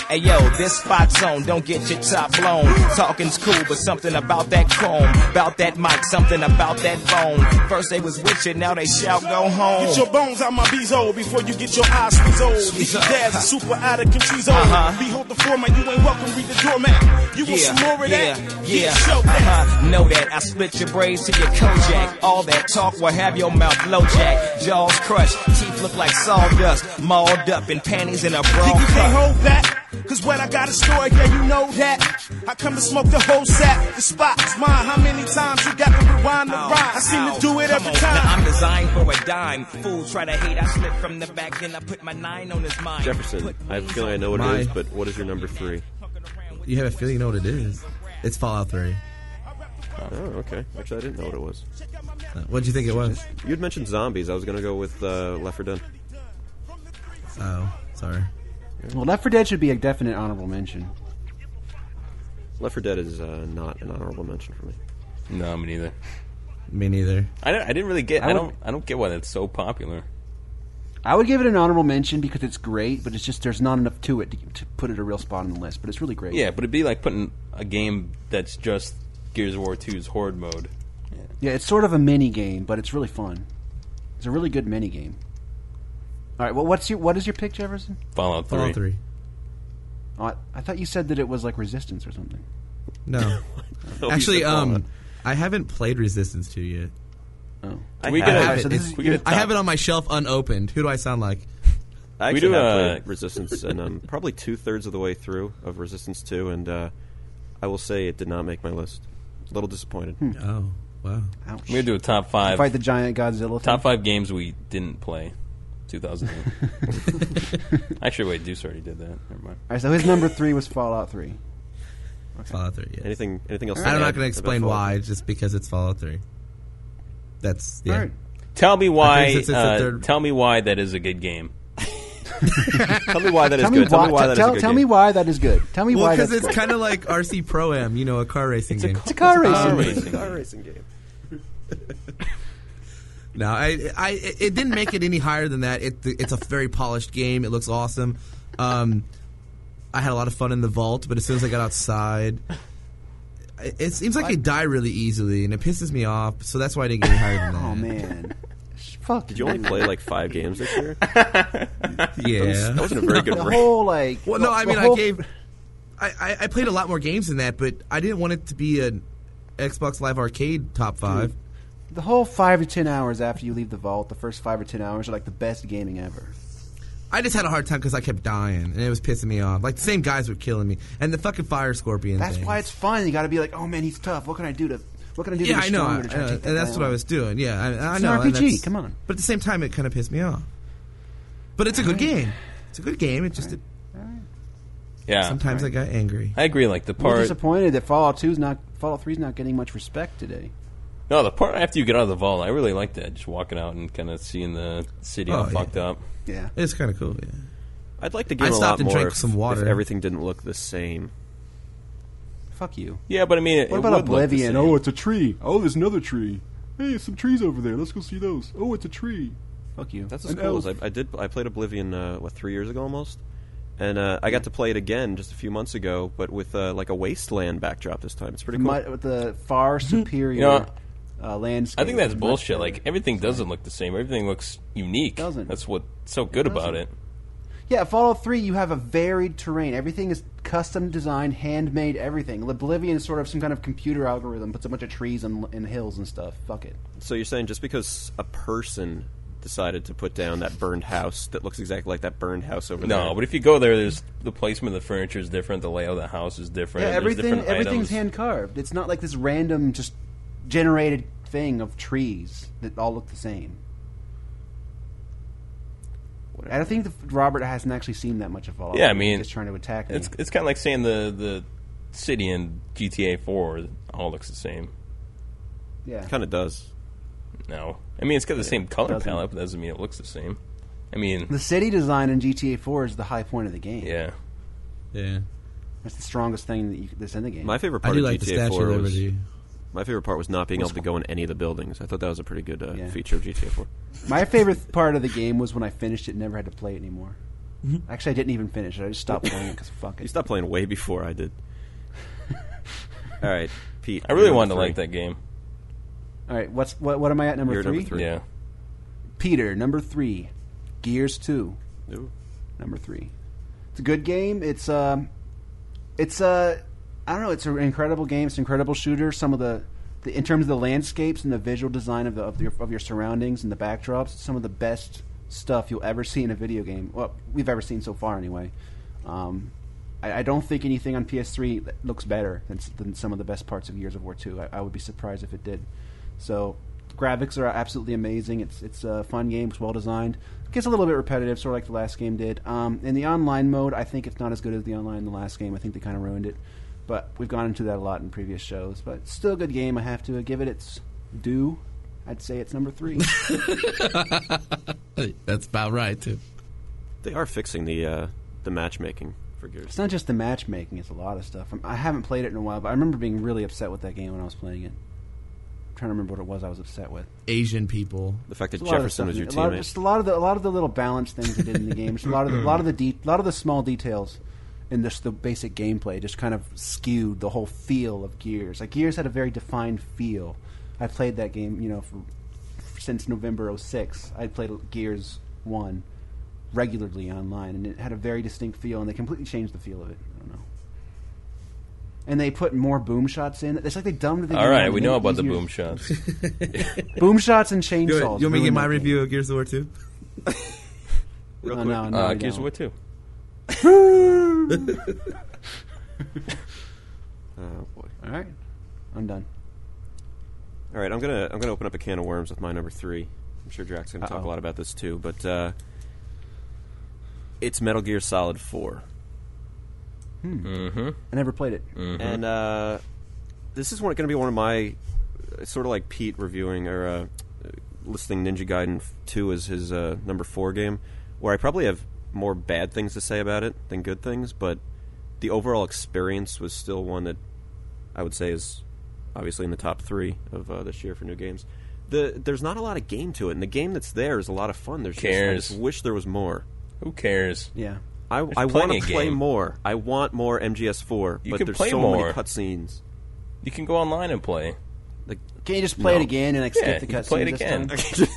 Hey yo, this spot zone, don't get your top blown. Talking's cool, but something about that chrome, about that mic, something about that phone. First they was with you, now they shall go home. Get your bones out my bezo before you get your eyes squeezed. These dads are super out of control. Behold the format, you ain't welcome, read the doormat. You want some more of Uh-huh. yeah, that? Yeah, Get choked. uh-huh, know that I split your braids to your Kojak. All that talk will have your mouth blowjack, jaws crushed, teeth look like sawdust, mauled up in panties and a bra. Think you can't hold back? Cause when I got a story, yeah, you know that. I come to smoke the whole sack. The spot is mine. How many times you got to rewind the rhyme? I seem to do it Oh, Come every on, Now I'm time. designed for a dime. Fool try to hate, I slip from the back, then I put my nine on his mind. Jefferson, Put I have a feeling I know what My- it is, but what is your number three? You have a feeling you know what it is. It's Fallout 3. Oh, okay. Actually, I didn't know what it was. Uh, what'd you think it was? You'd mentioned zombies. I was going to go with uh, Left 4 Dead. Oh, sorry. Well, Left 4 Dead should be a definite honorable mention. Left 4 Dead is uh, not an honorable mention for me. *laughs* No, me neither. Me neither. I, don't, I didn't really get. I I, would- don't. I don't get why that's so popular. I would give it an honorable mention because it's great, but it's just there's not enough to it to, to put it a real spot on the list. But it's really great. Yeah, but it'd be like putting a game that's just Gears of War 2's horde mode. yeah. It's sort of a mini game, but it's really fun. It's a really good mini game. All right. Well, what's your what is your pick, Jefferson? Fallout 3. Fallout 3. Oh, I, I thought you said that it was like Resistance or something. No. Actually, um, I haven't played Resistance 2 yet. Oh, we have get it. a, So this is- we get a I top- have it on my shelf unopened. Who do I sound like? I We actually do, have uh, played Resistance, and I'm probably two thirds of the way through of Resistance 2, and uh, I will say it did not make my list. A little disappointed. Oh, wow. ouch. We're gonna do a top five. fight the giant Godzilla. thing? top five games we didn't play. 2008. *laughs* Actually, wait, Deuce already did that. Never mind. All right. So his number three was Fallout Three. Fallout 3, yes. Anything? Anything else? to I'm add not going to about explain Fallout? why, just because it's Fallout 3. That's, yeah. All right. Tell me why. since it's the uh, third- Tell me why that is a good game. Tell me why that is Tell me good. Tell why. me why that t- is a Tell good tell game. me why that is good. Tell me Well, why because that's it's good. kind of like RC Pro Am, you know, a car racing game. It's a car car racing. game. racing. Car racing game. No, I, I, it didn't make it any higher than that. It, it's a very polished game. It looks awesome. Um, I had a lot of fun in the vault, but as soon as I got outside, it, it seems like they die really easily, and it pisses me off. So that's why I didn't get any higher than *laughs* that. Oh man. Fuck. Did you only play like five games this year? That yeah. wasn't a *laughs* very good the rate. whole like? Well, no, the- I the mean, I whole- gave, I, I, I played a lot more games than that, but I didn't want it to be an Xbox Live Arcade top five. The whole five to ten hours after you leave the vault, the first five or ten hours are like the best gaming ever. I just had a hard time because I kept dying, and it was pissing me off. Like the same guys were killing me, and the fucking fire scorpion. That's thing. why it's fun. You got to be like, oh man, he's tough. What can I do to? What can I do? Yeah, to be I know, stronger to I- try to I- take that and that's guy what I on?" was doing. Yeah, I, I It's an know. and RPG, that's- come on. But at the same time, it kind of pissed me off. But it's a good game. It's a good game. It just it, Yeah, sometimes I got angry. I agree. Like the I'm part. disappointed that Fallout 2's not Fallout 3's not getting much respect today. No, the part after you get out of the vault, I really like that. Just walking out and kind of seeing the city all Oh, yeah. fucked up. Yeah, It's kind of cool. Yeah. I'd like to give I it a stopped lot and more drank if, some if water. everything didn't look the same. fuck you. Yeah, but I mean, it, What it about would look the Oblivion? same. Oh, it's a tree. Oh, there's another tree. Hey, some trees over there. Let's go see those. Oh, it's a tree. fuck you. That's as An cool as I, elf. I did. I played Oblivion uh, what three years ago almost, and uh, I got to play it again just a few months ago, but with uh, like a wasteland backdrop this time. It's pretty cool. Mu- with the *laughs* far superior know, uh, landscape. I think that's Much bullshit. better. Like everything doesn't look the same. Everything looks unique. Doesn't. That's what's so good about it. yeah, Fallout Three, you have a varied terrain. Everything is custom designed, handmade. Everything. Oblivion is sort of some kind of computer algorithm. Puts a bunch of trees and, and hills and stuff. Fuck it. So you're saying just because a person decided to put down that burned house that looks exactly like that burned house over there? No, but if you go there, there's the placement of the furniture is different. The layout of the house is different. Yeah, there's everything. different Everything's items. hand carved. It's not like this random, just generated thing of trees that all look the same. I don't think the, Robert hasn't actually seen that much of Fallout. Yeah, I He's mean, just trying to attack me. It's it's kind of like saying the the city in GTA Four all looks the same. yeah, kind of does. No, I mean it's got the same color doesn't. palette, but that doesn't mean it looks the same. I mean, the city design in GTA Four is the high point of the game. yeah, Yeah. that's the strongest thing that you, that's in the game. My favorite I part do of like the GTA Statue 4 of was Liberty. my favorite part was not being able to go in any of the buildings. I thought that was a pretty good uh, Yeah. feature of GTA 4. My favorite part of the game was when I finished it and never had to play it anymore. Actually, I didn't even finish it. I just stopped playing it because fuck You it. stopped playing way before I did. All right, Pete. I really you're wanted number to like three. that game. All right, what's what? What am I at number You're three? number three. Yeah, Peter, number three. Gears two, Ooh. number three. It's a good game. It's um, it's uh, I don't know. It's an incredible game. It's an incredible shooter. Some of the, the in terms of the landscapes and the visual design of the of your, of your surroundings and the backdrops, some of the best stuff you'll ever see in a video game. Well, we've ever seen so far, anyway. Um, I, I don't think anything on PS3 that looks better than, s- than some of the best parts of Years of War 2. I, I would be surprised if it did. So, graphics are absolutely amazing. It's it's a fun game. It's well designed. It gets a little bit repetitive, sort of like the last game did. Um, in the online mode, I think it's not as good as the online in the last game. I think they kind of ruined it. But we've gone into that a lot in previous shows. But it's still a good game. I have to give it its due. I'd say it's number three. Hey, That's about right, too. They are fixing the uh, the matchmaking for Gears. It's not just the matchmaking; it's a lot of stuff. I'm, I haven't played it in a while, but I remember being really upset with that game when I was playing it. I'm trying to remember what it was I was upset with. Asian people. The fact that It's a lot of Jefferson stuff was in your it. a lot of, teammate. just a lot of the a lot of the little balance things they did in the game. Just a lot of the, a lot of the de- a lot of the small details in just the basic gameplay just kind of skewed the whole feel of Gears. Like Gears had a very defined feel. I played that game, you know, for, since November 06. I played Gears One regularly online, and it had a very distinct feel, and they completely changed the feel of it. I don't know. And they put more boom shots in. It's like they dumbed the game. All down right, to we make know it about the easier. *laughs* boom shots. Uh, boom shots and chainsaws. You, you want me to ruined get my that game. review of Gears of War 2? Oh, no, no, Uh, we Gears of don't. War 2. Oh boy! All right, I'm done. All right, I'm gonna I'm gonna open up a can of worms with my number three. I'm sure Jack's gonna talk Uh-oh. a lot about this too, but uh, it's Metal Gear Solid 4 I never played it. and uh, this is going to be one of my uh, sort of like Pete reviewing or uh, uh, listing Ninja Gaiden f- Two as his uh, number four game, where I probably have more bad things to say about it than good things, but the overall experience was still one that I would say is obviously in the top three of uh, this year for new games. The, there's not a lot of game to it, and the game that's there is a lot of fun. There's just, I Cares. just wish there was more. Who cares? Yeah, I, I want plenty to of play game. more. I want more MGS4, You but can there's play so more. many cutscenes. You can go online and play. Like, can you just play it No. again and like Yeah, skip the you can cutscenes? play it this again.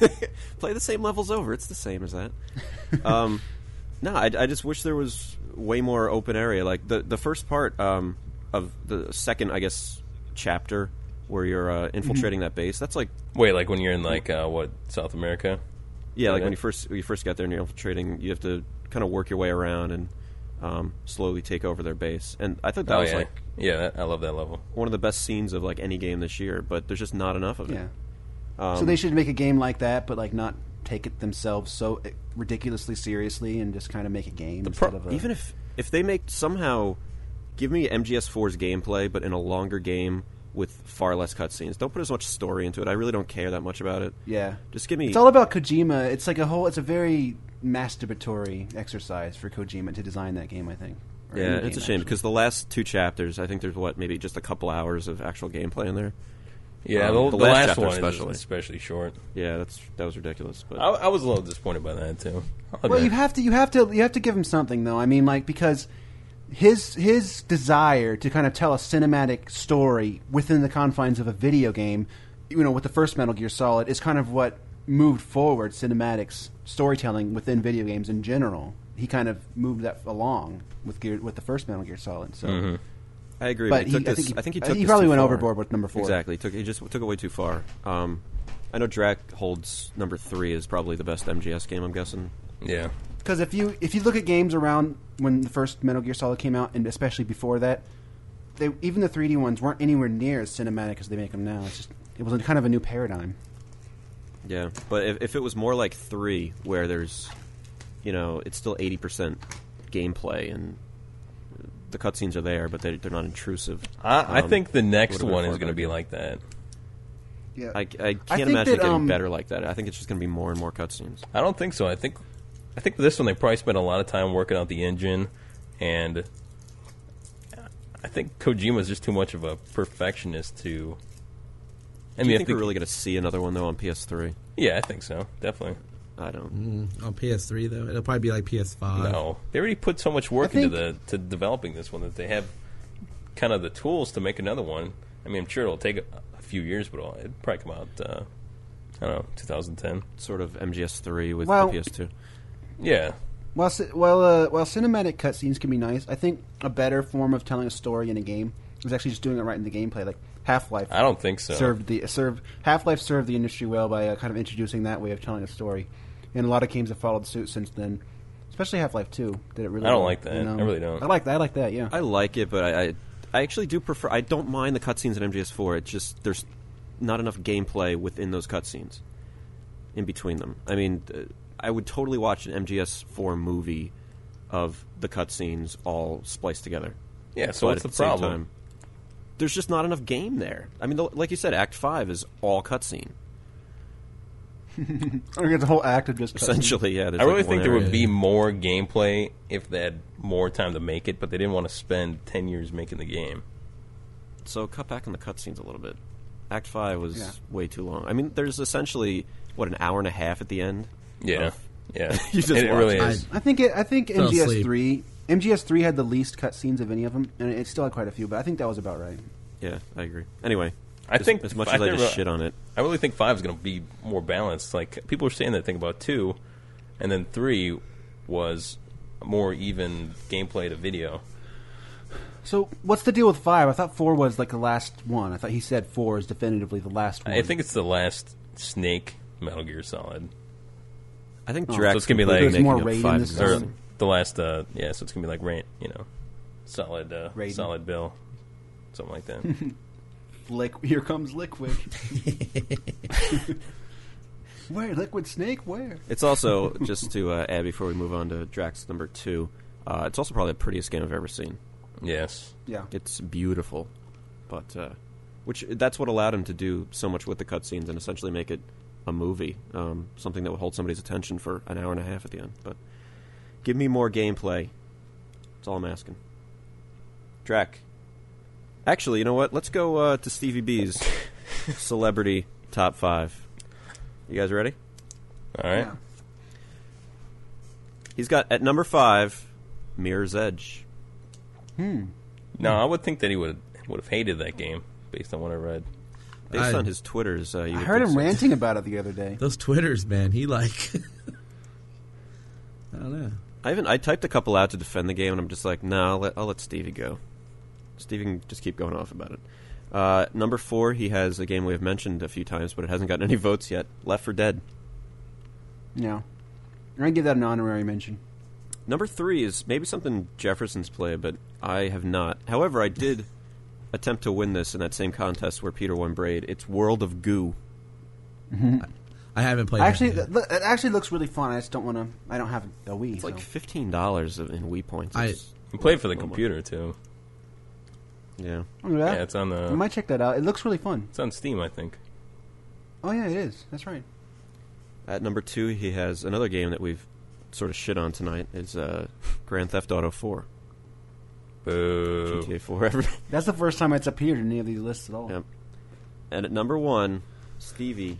time? play the same levels over. It's the same as that. Um, no, I, I just wish there was way more open area. Like the the first part um, of the second, I guess, chapter where you're uh, infiltrating that base. That's like *laughs* Wait, like when you're in like uh, what South America? yeah, like Okay. when you first when you first got there and you're infiltrating, you have to kind of work your way around and um, slowly take over their base. And I thought that oh was yeah, like yeah. That, I love that level. one of the best scenes of like any game this year. But there's just not enough of it. Yeah. Um, so they should make a game like that, but like not take it themselves so eh, ridiculously seriously and just kind of make a game instead Pro- of a, even if if they make somehow give me MGS4's gameplay, but in a longer game with far less cutscenes. Don't put as much story into it. I really don't care that much about it. yeah. just give me. It's all about Kojima. It's like a whole. It's a very masturbatory exercise for Kojima to design that game. I think. Or yeah, any it's a game, shame actually. because the last two chapters, I think there's what maybe just a couple hours of actual gameplay in there. Yeah, Um, the, the last, chapter one especially. is Oh. especially short. Yeah, that's that was ridiculous. But I, I was a little disappointed by that too. I'll Well, admit. you have to you have to you have to give him something though. I mean, like because his his desire to kind of tell a cinematic story within the confines of a video game, you know, with the first Metal Gear Solid, is kind of what moved forward cinematics storytelling within video games in general. He kind of moved that along with Gear, with the first Metal Gear Solid. So I agree. But he took he- I this, think he- I think he I took. think he this probably too went far. overboard with number four. Exactly. He Took he just took it way too far. Um, I know Drac holds number three is probably the best MGS game. I'm guessing. yeah, Because if you if you look at games around when the first Metal Gear Solid came out, and especially before that, they, even the 3D ones weren't anywhere near as cinematic as they make them now. It's just it was a kind of a new paradigm. Yeah, but if, if it was more like three, where there's, you know, it's still eighty percent gameplay and the cutscenes are there, but they're, they're not intrusive. I, I Um, think the next would've been one far is going to better. be like that. Yeah, I, I uh, can't think imagine it that, getting um, better like that. I think it's just going to be more and more cutscenes. I don't think so. I think I think for this one they probably spent a lot of time working out the engine, and I think Kojima's just too much of a perfectionist to. I Do mean, you I think think- we're really going to see another one though on PS3? yeah, I think so. Definitely. I don't. Mm. On PS3, though. It'll probably be like PS5. No, they already put so much work I think- into the to developing this one that they have kind of the tools to make another one. I mean, I'm sure it'll take a, a few years, but it'll, it'll probably come out. Uh, I don't know, 2010. Sort of MGS3 with Well- the PS2. Yeah, While ci- while uh, while cinematic cutscenes can be nice, I think a better form of telling a story in a game was actually just doing it right in the gameplay. Like Half Life, I don't think so. served the served Half Life served the industry well by uh, kind of introducing that way of telling a story, and a lot of games have followed suit since then. Especially Half Life Two did it really. I don't well, like that. you know? I really don't. I like that. I like that. Yeah. I like it, but I, I I actually do prefer. I don't mind the cutscenes in MGS4. It's just there's not enough gameplay within those cutscenes, in between them. I mean, uh, I would totally watch an MGS4 movie of the cutscenes all spliced together. Yeah, But so what's at the same problem? time, there's just not enough game there. I mean, the, like you said, Act Five is all *laughs* cutscene I think it's a whole act of just essentially. Yeah, there's I really like one think there area. would be more gameplay if they had more time to make it, but they didn't want to spend ten years making the game. So cut back on the cutscenes a little bit. Act Five was Yeah. way too long. I mean, there's essentially what an hour and a half at the end. Yeah, of- yeah. *laughs* You just it, it really watch. is. I think it, I think Fell MGS three MGS three had the least cutscenes of any of them, and it still had quite a few. But I think that was about right. Yeah, I agree. Anyway, I as- think as much I as I think uh, just about- shit on it, I really think five is going to be more balanced. Like people are saying that thing about two, and then three was more even gameplay to video. So what's the deal with five? I thought four was like the last one. I thought he said four is definitively the last one. I think it's the last Snake Metal Gear Solid, I think Oh, Drax so it's gonna be completely like- There's making more up raid in five this is one. or awesome. the last. Uh, yeah, so it's going to be like Rant, you know, solid, uh, Raiden. solid Bill, something like that. *laughs* Liqu- *laughs* here comes *laughs* liquid. where liquid snake? Where? It's also *laughs* just to uh, add before we move on to Drax number two. Uh, it's also probably the prettiest game I've ever seen. yes. Yeah. It's beautiful, but uh, which that's what allowed him to do so much with the cutscenes and essentially make it a movie, um, something that would hold somebody's attention for an hour and a half at the end. But give me more gameplay. That's all I'm asking. Drac. Actually, you know what? Let's go uh, to *laughs* Stevie B's celebrity top five. You guys ready? All right. Yeah. He's got at number five, Mirror's Edge. No, I would think that he would would have hated that game based on what I read. Based I- on his Twitters, uh, you I would heard think him so. ranting about it the other day. Those Twitters, man. He like. *laughs* I don't know. I even I typed a couple out to defend the game, and I'm just like, no, I'll let, I'll let Stevie go. Stevie can just keep going off about it. Uh, number four, he has a game we have mentioned a few times, but it hasn't gotten any *laughs* votes yet. Left for Dead. No, I'm gonna give that an honorary mention. Number three is maybe something Jefferson's play, but I have not. However, I did *laughs* attempt to win this in that same contest where Peter won Braid. It's World of Goo. I haven't played. that Actually, yet. that, look, it actually looks really fun. I just don't want to. I don't have a Wii. It's like so. fifteen dollars in Wii points. I- It's- He played for the computer too. yeah. Look at that. Yeah, it's on I the might check that out. It looks really fun. it's on Steam, I think. Oh yeah, it is. That's right. At number two, he has another game that we've sort of shit on tonight. Is uh, Grand Theft Auto Four, Boo. GTA Four. Every- *laughs* That's the first time it's appeared in any of these lists at all. Yep. And at number one, Stevie.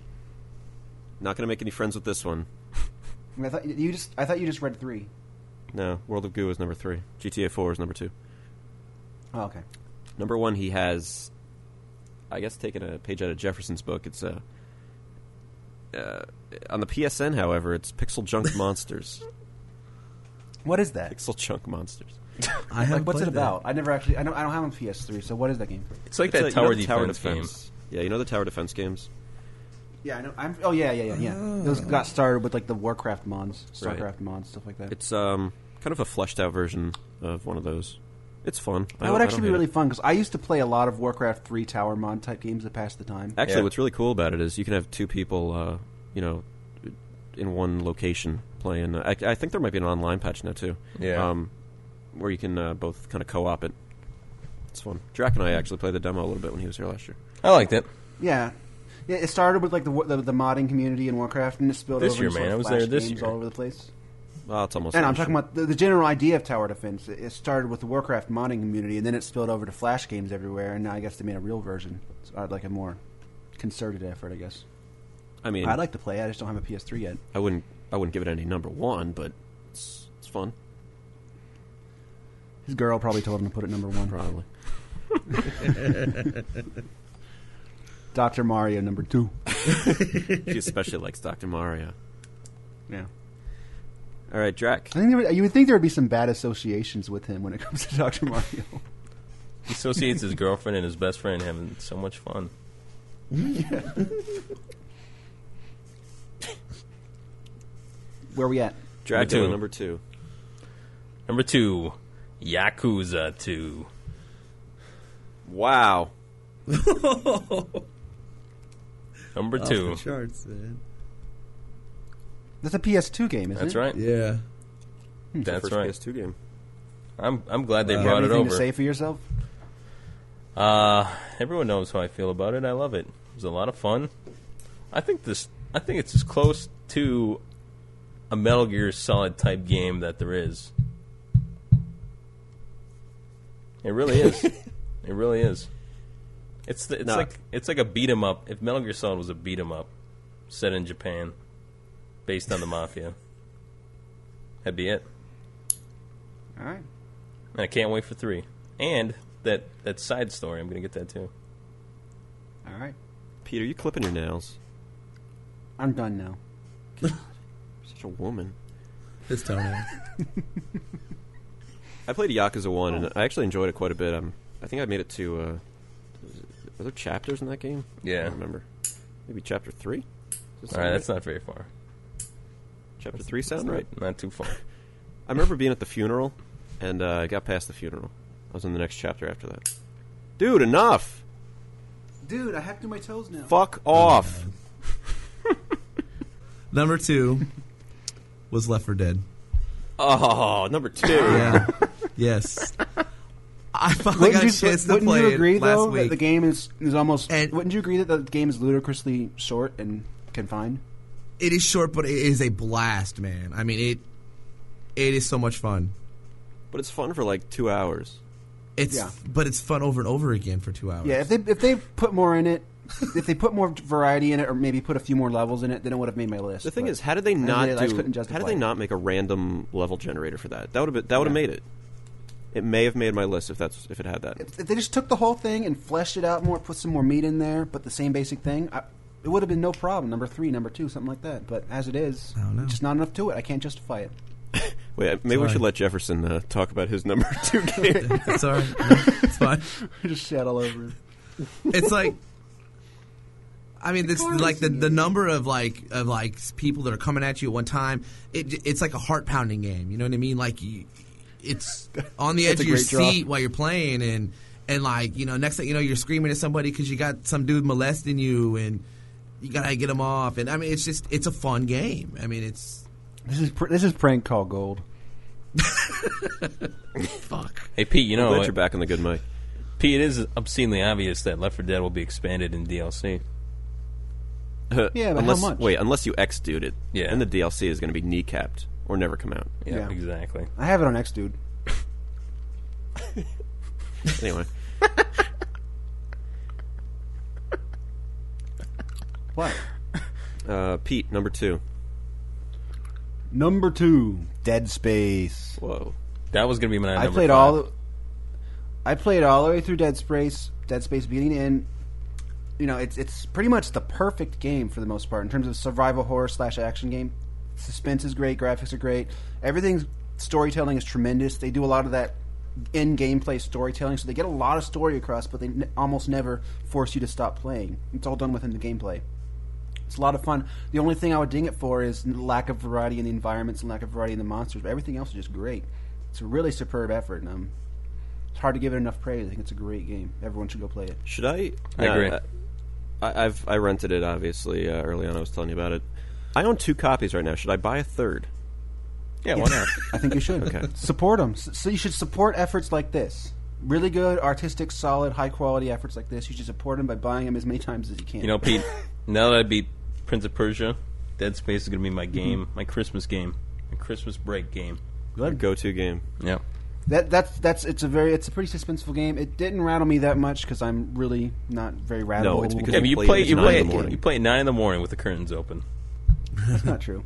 Not going to make any friends with this one. I, mean, I thought you just. I thought you just read three. No, World of Goo is number three. GTA 4 is number two. Oh, okay. Number one, he has, I guess, taken a page out of Jefferson's book. It's uh, uh, on the PSN, however, it's Pixel Junk Monsters. What is that? Pixel Junk Monsters. I haven't Like, what's it played that. about? I never actually. I don't. I don't have a PS3. So what is that game? It's It's like that a- you tower, know the defense game. Yeah, you know the tower defense games. Yeah, I know. I'm. Oh yeah, yeah, yeah, yeah. Those got started with like the Warcraft mods, Right. Starcraft mods, stuff like that. It's um, kind of a fleshed out version of one of those. It's fun. I that don't- would I actually don't be hate really it. fun because I used to play a lot of Warcraft three tower mod type games to pass the time. Actually, Yeah. what's really cool about it is you can have two people, uh, you know, in one location playing. I, I think there might be an online patch now too. Yeah. Um, where you can uh, both kind of co-op it. It's fun. Drac and I actually played the demo a little bit when he was here last year. I liked it. Yeah. Yeah, it started with like the wa- the, the modding community in Warcraft, and it spilled This over year, into, like, man. I was Flash there this games year. all over the place. Well, it's almost. And I'm finished. talking about the, the general idea of tower defense. It it started with the Warcraft modding community, and then it spilled over to Flash games everywhere. And now I guess they made a real version, so I'd like a more concerted effort, I guess. I mean, I'd like to play. it, I just don't have a PS3 yet. I wouldn't. I wouldn't give it any number one, but it's, it's fun. His girl probably told him to put it number one. Probably. *laughs* Doctor Mario number two. *laughs* she especially likes Dr. Mario. Yeah. All right, Drac. *laughs* I think there would, you would think there would be some bad associations with him when it comes to Doctor Mario. He associates his girlfriend and his best friend having so much fun. Where are we at? Dracula two. number two. Number two, Yakuza 2. Wow. Number Off two. the charts, man. That's a PS2 game, isn't That's it? right. Yeah. That's First right. PS2 game. I'm I'm glad they You have brought it anything over. to say for yourself? Uh, everyone knows how I feel about it. I love it. It was a lot of fun. I think this. I think it's as close to a Metal Gear Solid type game that there is. It really is. it really is. It's the, it's No. like it's like a beat 'em up. If Metal Gear Solid was a beat 'em up, set in Japan, based on the mafia, that'd be it. All right. And I can't wait for three. And that that side story, I'm gonna get that too. All right. Peter, you clipping your nails? I'm done now. You're such a woman. *laughs* His toenails. I played Yakuza One, and I actually enjoyed it quite a bit. Um, I think I made it to. Uh, are there chapters in that game? I Yeah. don't remember. Maybe chapter three. Does that All right, sound that's right? not very far. chapter three. Sound right? Not too far. I remember being at the funeral, and uh, I got past the funeral. I was in the next chapter after that. Dude, enough! Dude, I have to do my toes now. Fuck off! Number two was Left for Dead. Oh, number two. *laughs* Yeah. yes. I finally Wouldn't got a you, chance to wouldn't play you agree it last though that week. the game is, is almost? And- wouldn't you agree that the game is ludicrously short and confined? it is short, but it is a blast, man. I mean it. It is so much fun. But it's fun for like two hours. It's Yeah. but it's fun over and over again for two hours. Yeah, if they if they put more in it, if they put more variety in it, or maybe put a few more levels in it, then it would have made my list. The thing But is, how did they I didn't- not I just do? couldn't How justify did they it. not make a random level generator for that? That would have been, that would have made it. It may have made my list if that's if it had that. If they just took the whole thing and fleshed it out more, put some more meat in there, but the same basic thing, I, it would have been no problem. Number three, number two, something like that. But as it is, don't know. just not enough to it. I can't justify it. Wait, maybe we Sorry. should let Jefferson uh, talk about his number *laughs* *laughs* two game. Oh, it's all right. No, it's fine. *laughs* just shat all over. it. It's like. I mean, it's like the, the number of like of like people that are coming at you at one time. It j- it's like a heart pounding game. You know what I mean? Like you, it's on the edge That's of a your great draw. seat while you're playing, and and like you know, next thing you know, you're screaming at somebody because you got some dude molesting you, and you gotta get him off. And I mean, it's just it's a fun game. I mean, it's This is pr- this is prank call gold. fuck. Hey Pete, you know Glad what? you're back on the good mic. Pete, it is obscenely obvious that Left 4 Dead will be expanded in DLC. *laughs* Yeah, but how unless, much? Wait, unless you X dude it, Yeah. then the DLC is going to be kneecapped or never come out. Yeah, Yeah. exactly. I have it on X, dude. *laughs* Anyway, What? uh, Pete number two. Number two, Dead Space. Whoa, That was gonna be my I number. played five. all. the- I played all the way through Dead Space. Dead Space beating in. You know, it's it's pretty much the perfect game for the most part in terms of survival horror slash action game. Suspense is great. Graphics are great. Everything's storytelling is tremendous. They do a lot of that in gameplay storytelling, so they get a lot of story across, but they n- almost never force you to stop playing. It's all done within the gameplay. It's a lot of fun. The only thing I would ding it for is the lack of variety in the environments and lack of variety in the monsters, but everything else is just great. It's a really superb effort, and um, it's hard to give it enough praise. I think it's a great game. Everyone should go play it. should I? I Nah, agree. I, I've I rented it obviously uh, early on. I was telling you about it. I own two copies right now. Should I buy a third? *laughs* Yeah, why not? I think you should. Okay. Support them. So you should support efforts like this. Really good, artistic, solid, high quality efforts like this. You should support them by buying them as many times as you can. you know, Pete. Now that I beat Prince of Persia, Dead Space is gonna be my game, my Christmas game, my Christmas break game. Go-to game. Yeah. that that's that's it's a very it's a pretty suspenseful game. It didn't rattle me that much because I'm really not very rattled. it's because Yeah, but you play play at you nine in play the morning. you play at nine in the morning with the curtains open. that's not true.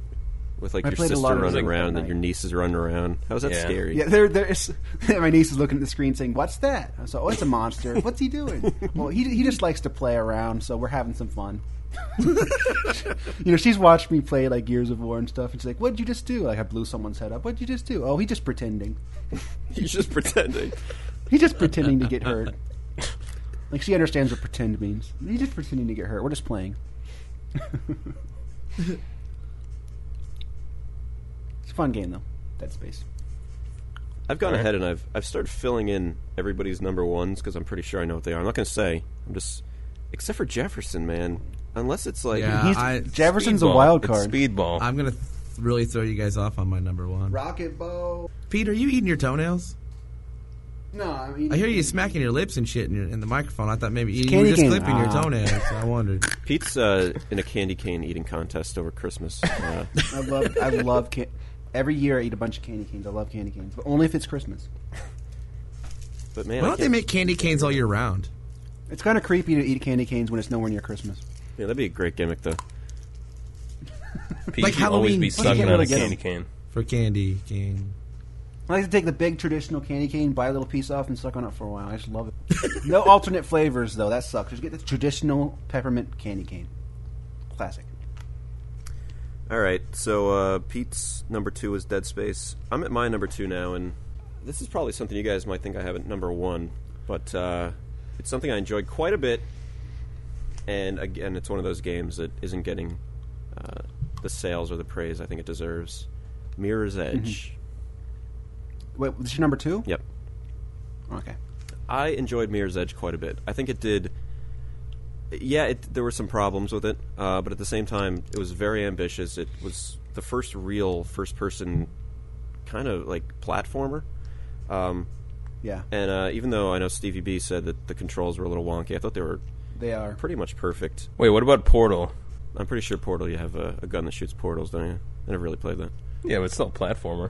with like I your played a sister lot of running those, like, around at and then night. your nieces running around. How's that Yeah. *laughs* scary? *laughs* Yeah, there, there's. my niece is looking at the screen saying, "What's that?" I was like, "Oh, it's a monster. What's he doing?" well, he he just likes to play around, so we're having some fun. *laughs* you know, she's watched me play like Gears of War and stuff, and she's like, "What'd you just do?" Like, I blew someone's head up. What'd you just do? Oh, he just pretending. *laughs* He's just pretending. He's just pretending to get hurt. Like she understands what pretend means. He's just pretending to get hurt. We're just playing. it's a fun game though. Dead Space. I've gone ahead and I've I've started filling in everybody's number ones because I'm pretty sure I know what they are. I'm not going to say. I'm just except for Jefferson, man. Unless it's like Yeah. He's, I- Jefferson's Uh, Speedball. a wild It's card. speedball. I'm gonna th- really throw you guys off on my number one. Rocket bow. Pete, are you eating your toenails? No, I mean I hear you smacking your lips and shit in, your, in the microphone. I thought maybe you were candy just cane. clipping your Ah. toenails. *laughs* I wondered. Pete's uh, in a candy cane eating contest over Christmas. Uh, I love I love can- every year I eat a bunch of candy canes. I love candy canes, but only if it's Christmas. but man, I Why don't they can't- make candy canes all year round? It's kind of creepy to eat candy canes when it's nowhere near Christmas. Yeah, that'd be a great gimmick though. Pete like would always Halloween. be You sucking can't on really a get 'em. candy cane. For candy cane. I like to take the big traditional candy cane, bite a little piece off, and suck on it for a while. I just love *laughs* it. no alternate flavors though. That sucks. Just get the traditional peppermint candy cane. Classic. All right, so uh, Pete's number two is Dead Space. I'm at my number two now, and this is probably something you guys might think I have at number one, but uh, it's something I enjoyed quite a bit. And again, it's one of those games that isn't getting uh, the sales or the praise I think it deserves. Mirror's Edge. Wait, this is your number two? Yep. Okay. I enjoyed Mirror's Edge quite a bit. I think it did. Yeah, it, there were some problems with it, uh, but at the same time, it was very ambitious. It was the first real first-person kind of like platformer. Um, Yeah, and uh, even though I know Stevie B said that the controls were a little wonky, I thought they were they are. pretty much perfect. Wait, what about Portal? I'm pretty sure Portal, you have a, a gun that shoots portals, don't you? I never really played that. Yeah, but it's still a platformer.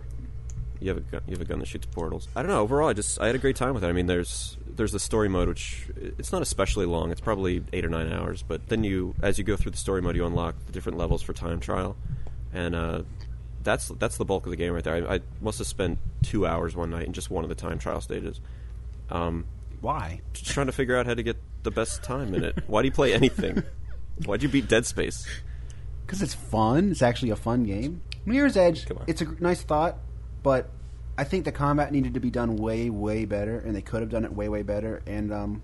You have a gun, you have a gun that shoots portals. I don't know. Overall, I just I had a great time with it. I mean, there's there's the story mode, which it's not especially long. It's probably eight or nine hours. But then you, as you go through the story mode, you unlock the different levels for time trial, and uh, that's that's the bulk of the game right there. I, I must have spent two hours one night in just one of the time trial stages, Why? just trying to figure out how to get the best time in it. Why do you *laughs* play anything? Why'd you beat Dead Space? Because it's fun. It's actually a fun game. Mirror's Edge. Come on. It's a gr- nice thought, but I think the combat needed to be done way, way better, and they could have done it way, way better. And um,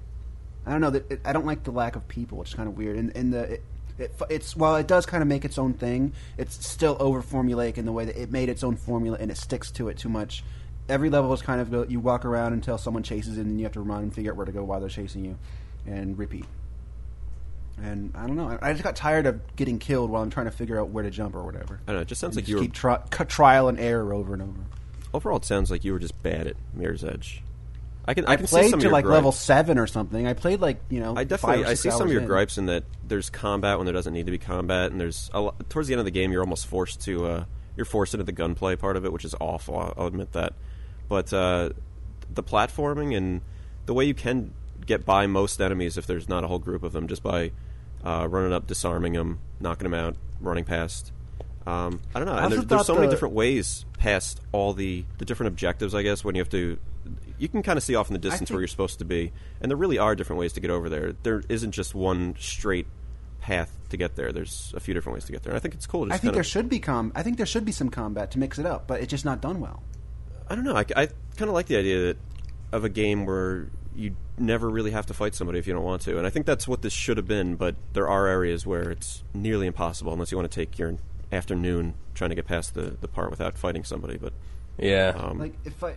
I don't know. That it, I don't like the lack of people. It's kind of weird. And, and the it, it, fu- it's while it does kind of make its own thing, it's still over formulaic in the way that it made its own formula and it sticks to it too much. Every level is kind of go, you walk around until someone chases it, and you have to run and figure out where to go while they're chasing you, and repeat. And I don't know. I- I just got tired of getting killed while I'm trying to figure out where to jump or whatever. I don't know. It just sounds And like just you were keep tri- c- trial and error over and over. overall. It sounds like you were just bad at Mirror's Edge. I can I, I can see played some of to your like gripes. level seven or something. I played like you know. I definitely five or I six see some of hours your in. gripes in that there's combat when there doesn't need to be combat, and there's a lot, towards the end of the game you're almost forced to uh, you're forced into the gunplay part of it, which is awful. I'll, I'll admit that, but uh, the platforming and the way you can get by most enemies if there's not a whole group of them just by uh, running up, disarming them, knocking them out, running past. Um, I don't know. And also there, there's thought so many the- different ways past all the the different objectives. I guess when you have to, you can kind of see off in the distance where think- you're supposed to be, and there really are different ways to get over there. There isn't just one straight path to get there. There's a few different ways to get there. And I think it's cool. to I Just think kind there of, should be com. I think there should be some combat to mix it up, but it's just not done well. I don't know. I, kind of like the idea that, of a game where you never really have to fight somebody if you don't want to, and I think that's what this should have been. But there are areas where it's nearly impossible unless you want to take your afternoon trying to get past the, the part without fighting somebody. But Yeah. um, Like if I,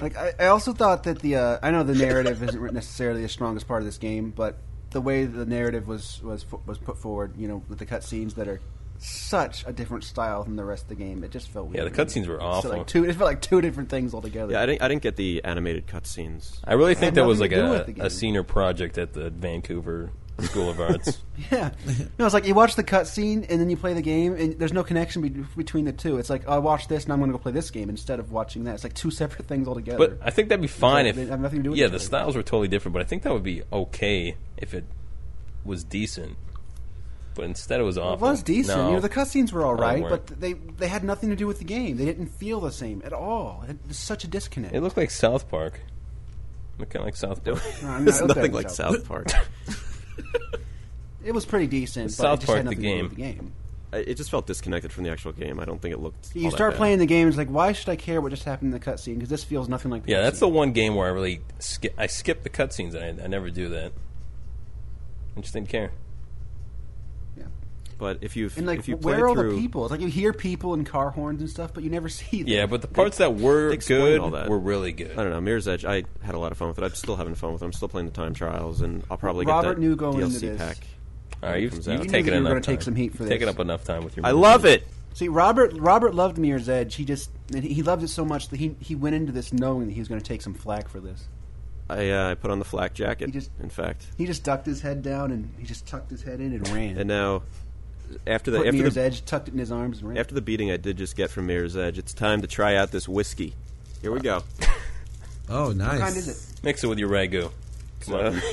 like I, I also thought that the uh, I know the narrative isn't necessarily the strongest part of this game, but the way the narrative was was fo- was put forward, you know, with the cutscenes that are such a different style from the rest of the game, it just felt weird. Yeah, the cutscenes were It's awful. like two, it felt like two different things altogether. yeah, I didn't I didn't get the animated cutscenes. I really had think that was like nothing to do with a, the game. a senior project at the Vancouver School *laughs* of Arts. Yeah. No, it's like you watch the cutscene and then you play the game, and there's no connection be- between the two. It's like, oh, I watched this and I'm going to go play this game instead of watching that. It's like two separate things altogether. But I think that'd be fine like if they have nothing to do with yeah, each the other. styles were totally different. But I think that would be okay if it was decent. But instead, it was awful. it was decent. No. You know, the cutscenes were all They right, weren't. but they they had nothing to do with the game. They didn't feel the same at all. It was such a disconnect. It looked like South Park. Looked kind of like South Park. No, I *laughs* mean, It's I looked at nothing it like *laughs* myself. South Park. It was pretty decent. But South it just Park, had the nothing to do with the game. I- it just felt disconnected from the actual game. I don't think it looked. You all that start bad. playing the game, it's like, why should I care what just happened in the cutscene? Because this feels nothing like. Yeah, that's cutscene. the one game where I really skip. I skip the cutscenes. I I never do that. I just didn't care. Yeah. But if you've And like, if you where played are all through, the people? It's like you hear people and car horns and stuff, but you never *laughs* see them. Yeah, but the parts that were they explain good all that. were really good. I don't know. Mirror's Edge. I had a lot of fun with it. I'm still having fun with it. I'm still playing the time trials, and I'll probably Robert get that knew going DLC into this. pack. All right, you've, Comes out. you've You knew taken that you were enough gonna time. take some heat for You've taken this. up enough time with your. I love it. See, Robert Robert loved Mirror's Edge. He just and he loved it so much that he he went into this knowing that he was going to take some flack for this. I uh, I put on the flak jacket. You just- in fact, He just ducked his head down and he just tucked his head in and ran. and now after Put the after Mirror's the, Edge, tucked it in his arms and ran. after the beating I did just get from Mirror's Edge, it's time to try out this whiskey. Here we go. Oh, nice. what kind is it? Mix it with your ragu. Come on. So-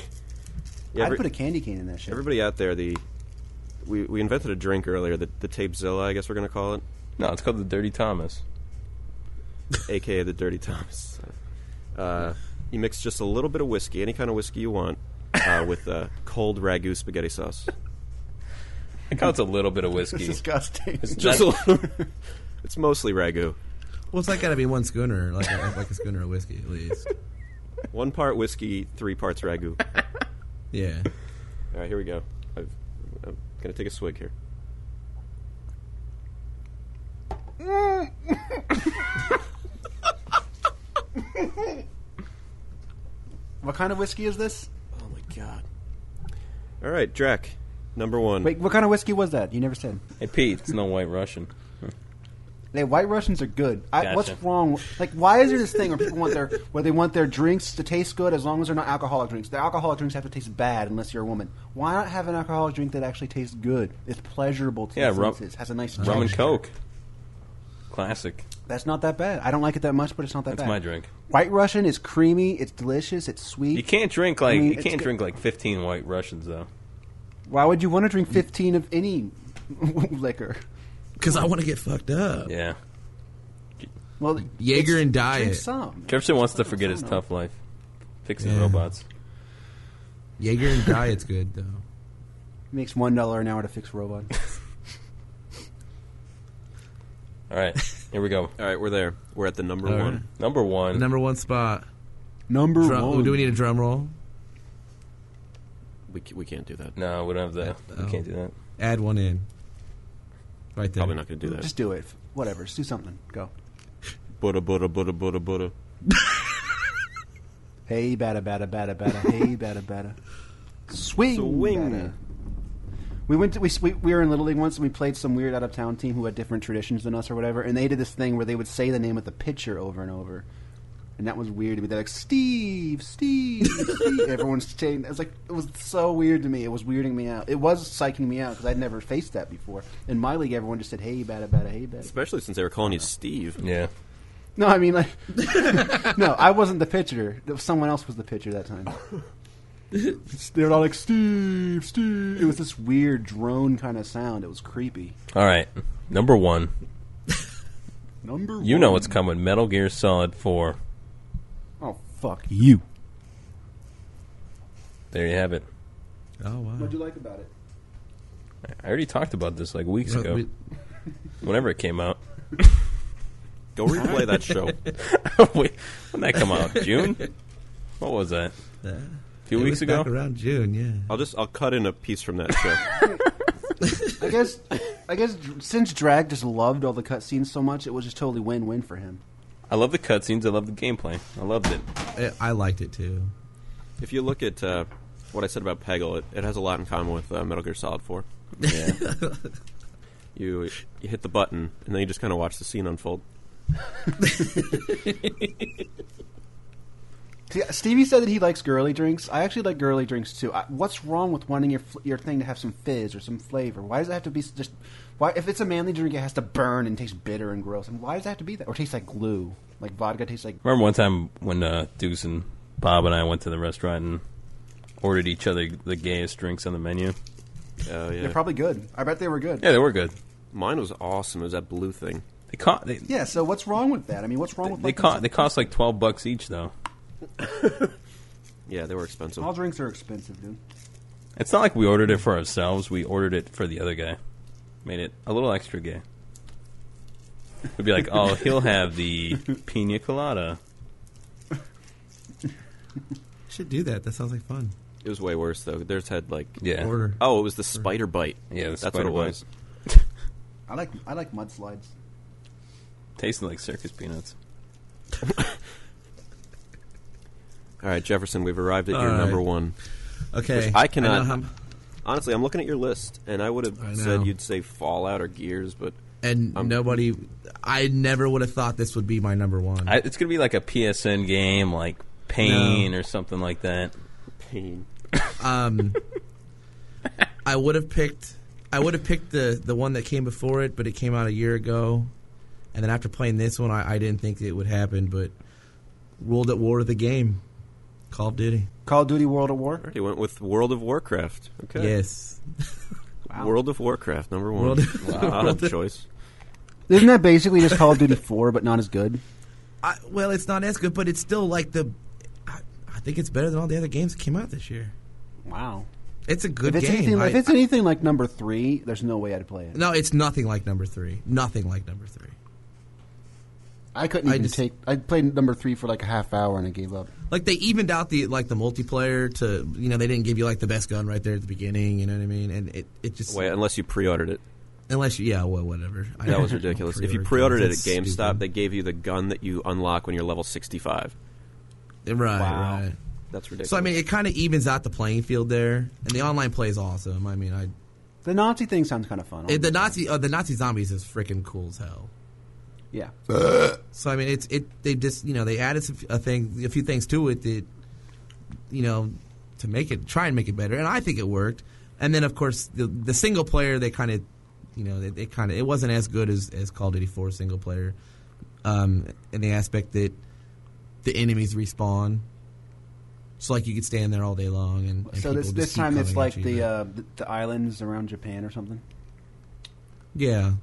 Yeah, I'd every- put a candy cane in that shit. Everybody out there, the we, we invented a drink earlier, the, the Tapezilla, I guess we're going to call it, *laughs* No, it's called the Dirty Thomas. aka the Dirty Thomas. Uh, you mix just a little bit of whiskey, any kind of whiskey you want, uh, with uh, cold ragu spaghetti sauce. I call it a little bit of It's whiskey. disgusting. It's Just a not- little. it's mostly ragu. Well, it's like got to be one schooner, like a, like a schooner of whiskey at least. One part whiskey, three parts ragu. Yeah. All right, here we go. I've, I'm going to take a swig here. what kind of whiskey is this? Oh my god! All right, Drac, number one. Wait, what kind of whiskey was that? You never said. hey Pete, it's no White Russian. Hey, White Russians are good. I, Gotcha. What's wrong? Like, why is there this thing where people want their where they want their drinks to taste good as long as they're not alcoholic drinks? The alcoholic drinks have to taste bad unless you're a woman. Why not have an alcoholic drink that actually tastes good? It's pleasurable to Yeah, the rum- senses. Has a nice Rum and texture. Coke. Classic. That's not that bad. I don't like it that much, but it's not that That's bad. my drink. White Russian is creamy. It's delicious. It's sweet. You can't drink like I mean, you it's can't good. drink like fifteen White Russians though. Why would you want to drink 15 of any *laughs* liquor? Because I want to get fucked up. Yeah. Well, Jaeger it's- Drink and diet. some. Jefferson wants to forget his tough life, fixing Yeah. robots. Jaeger and diet's good though. Makes one dollar an hour to fix robot. *laughs* *laughs* All right, here we go. All right, we're there. We're at the number All one. right. Number The one. number one spot. Number Drum, one. Do we need a drum roll? We, c- we can't do that. no, we don't have that. Oh. We can't do that. Add one in. Right there. Probably not going to do that. Just do it. Whatever. Just do something. Go. Buddha, Buddha, Buddha, Buddha, Buddha. Hey, bada, bada, bada, bada. hey, bada, bada. Swing. Swing. bada. We went. To, we, we we were in Little League once, and we played some weird out of town team who had different traditions than us or whatever. And they did this thing where they would say the name of the pitcher over and over, and that was weird to me. They're like Steve, Steve, Steve. Everyone's saying. It was like it was so weird to me. It was weirding me out. It was psyching me out because I'd never faced that before. In my league, everyone just said Hey, bada, bada, hey, bada. Especially since they were calling you Steve. Yeah. No, I mean like, *laughs* no, I wasn't the pitcher. Someone else was the pitcher that time. *laughs* they were all like Steve, Steve. It was this weird drone kind of sound. It was creepy. All right, number one. Number You know what's coming. Metal Gear Solid Four. Oh fuck you! There you have it. Oh wow. What'd you like about it? I already talked about this like weeks Well, ago. we- Whenever it came out. *laughs* Go replay *laughs* that show. Wait, when that come out? *laughs* June? What was that? uh, A few it weeks was ago? back around June. Yeah. I'll just I'll cut in a piece from that *laughs* show. I guess, I guess dr- since Drag just loved all the cutscenes so much, it was just totally win-win for him. I love the cutscenes. I love the gameplay. I loved it. I I liked it too. if you look at uh, what I said about Peggle, it, it has a lot in common with uh, Metal Gear Solid 4. *laughs* you you hit the button and then you just kind of watch the scene unfold. See, Stevie said that he likes girly drinks. I actually like girly drinks too. I, what's wrong with wanting your fl- your thing to have some fizz or some flavor? Why does it have to be s- just? Why if it's a manly drink, it has to burn and taste bitter and gross. And why does it have to be that? Or taste like glue? Like vodka tastes like. Remember one time when uh, Deuce and Bob and I went to the restaurant and ordered each other the gayest drinks on the menu? Oh yeah, They're probably good. I bet they were good. Yeah, they were good. mine was awesome. It was that blue thing. They caught. They, Yeah, So what's wrong with that? I mean, what's wrong with they, like, cost, they cost like 12 bucks each, though. Yeah, they were expensive. All drinks are expensive, dude. It's not like we ordered it for ourselves. We ordered it for the other guy. Made it a little extra gay. We'd be like, oh, he'll have the pina colada. Should do that. That sounds like fun. It was way worse though. Theirs had like Yeah. Order. oh, it was the spider bite. Yeah, the that's spider what it bite. was. I like I like mudslides. Tasted like circus peanuts. All right, Jefferson, we've arrived at All your right. number one. Okay. Which I cannot- know how- Honestly, I'm looking at your list, and I would I have know. said you'd say Fallout or Gears, but and I'm- nobody. I never would have thought this would be my number one. I, it's gonna be like a PSN game, like Pain or something like that. pain. Um, I would have picked. I would have picked the the one that came before it, but it came out a year ago. And then after playing this one, I, I didn't think it would happen, but ruled at war with the game, Call of Duty. Call of Duty World at War. He went with World of Warcraft. Okay, Yes, World of Warcraft number one. World- *laughs* wow, odd choice. Isn't that basically just Call of Duty Four, but not as good? I, well, it's not as good, but it's still like the. I, I think it's better than all the other games that came out this year. Wow. It's a good If it's game. anything, I- if it's anything like number three, there's no way I'd play it. no, it's nothing like number three. Nothing like number three. I couldn't I even just- take. I played number three for like a half hour and I gave up. Like they evened out the like the multiplayer to you know they didn't give you like the best gun right there at the beginning. You know what I mean? And it it just Wait, unless you pre-ordered it, Unless you, yeah, well, whatever. I that don't *laughs* was ridiculous. if you pre-order pre-ordered it at GameStop, games, that's they gave you the gun that you unlock when you're level 65. stupid. right, Wow. right. That's ridiculous. So I mean, it kind of evens out the playing field there, and the online play is awesome. I mean, I The Nazi thing sounds kind of fun. it, the Nazi uh, the Nazi zombies is freaking cool as hell. yeah. So I mean, it's it they just you know they added some, a thing a few things to it that you know to make it try and make it better, and I think it worked. And then of course the the single player they kind of you know they, they kind of it wasn't as good as as Call of Duty Four single player, um, in the aspect that the enemies respawn. So like you could stand there all day long and, and So people this just this keep time it's coming at like you, the but- uh, the, the islands around Japan or something. yeah.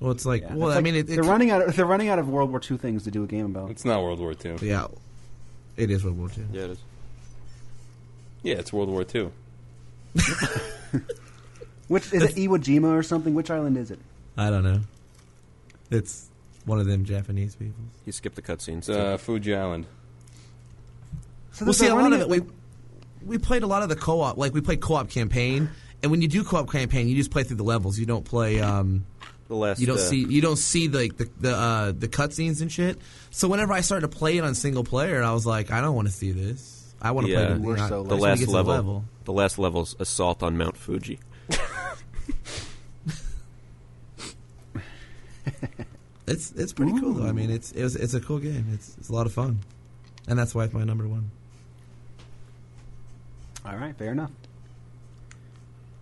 Well, it's like Yeah. well It's I like mean it, it they're running out. Of, they're running out of World War II things to do a game about. It's not World War Two. yeah, it is World War Two. yeah, it is. Yeah, it's World War Two. Which is it Iwo Jima or something? Which island is it? I don't know. It's one of them Japanese people. He skipped the cutscenes. It's uh, Fuji Island. So they're Well, see, a lot running of it we we played a lot of the co-op, like we played co-op campaign, and when you do co-op campaign, you just play through the levels. You don't play, um, the last you don't uh, see, you don't see like the the uh, the cutscenes and shit. So whenever I started to play it on single player, I was like, I don't want to see this. I want to Yeah. play the, We're you know, so the I just wanna last get to level, The last level's assault on Mount Fuji. It's it's pretty cool though. I mean, it's it was, it's a cool game. It's it's a lot of fun, and that's why it's my number one. All right, fair enough.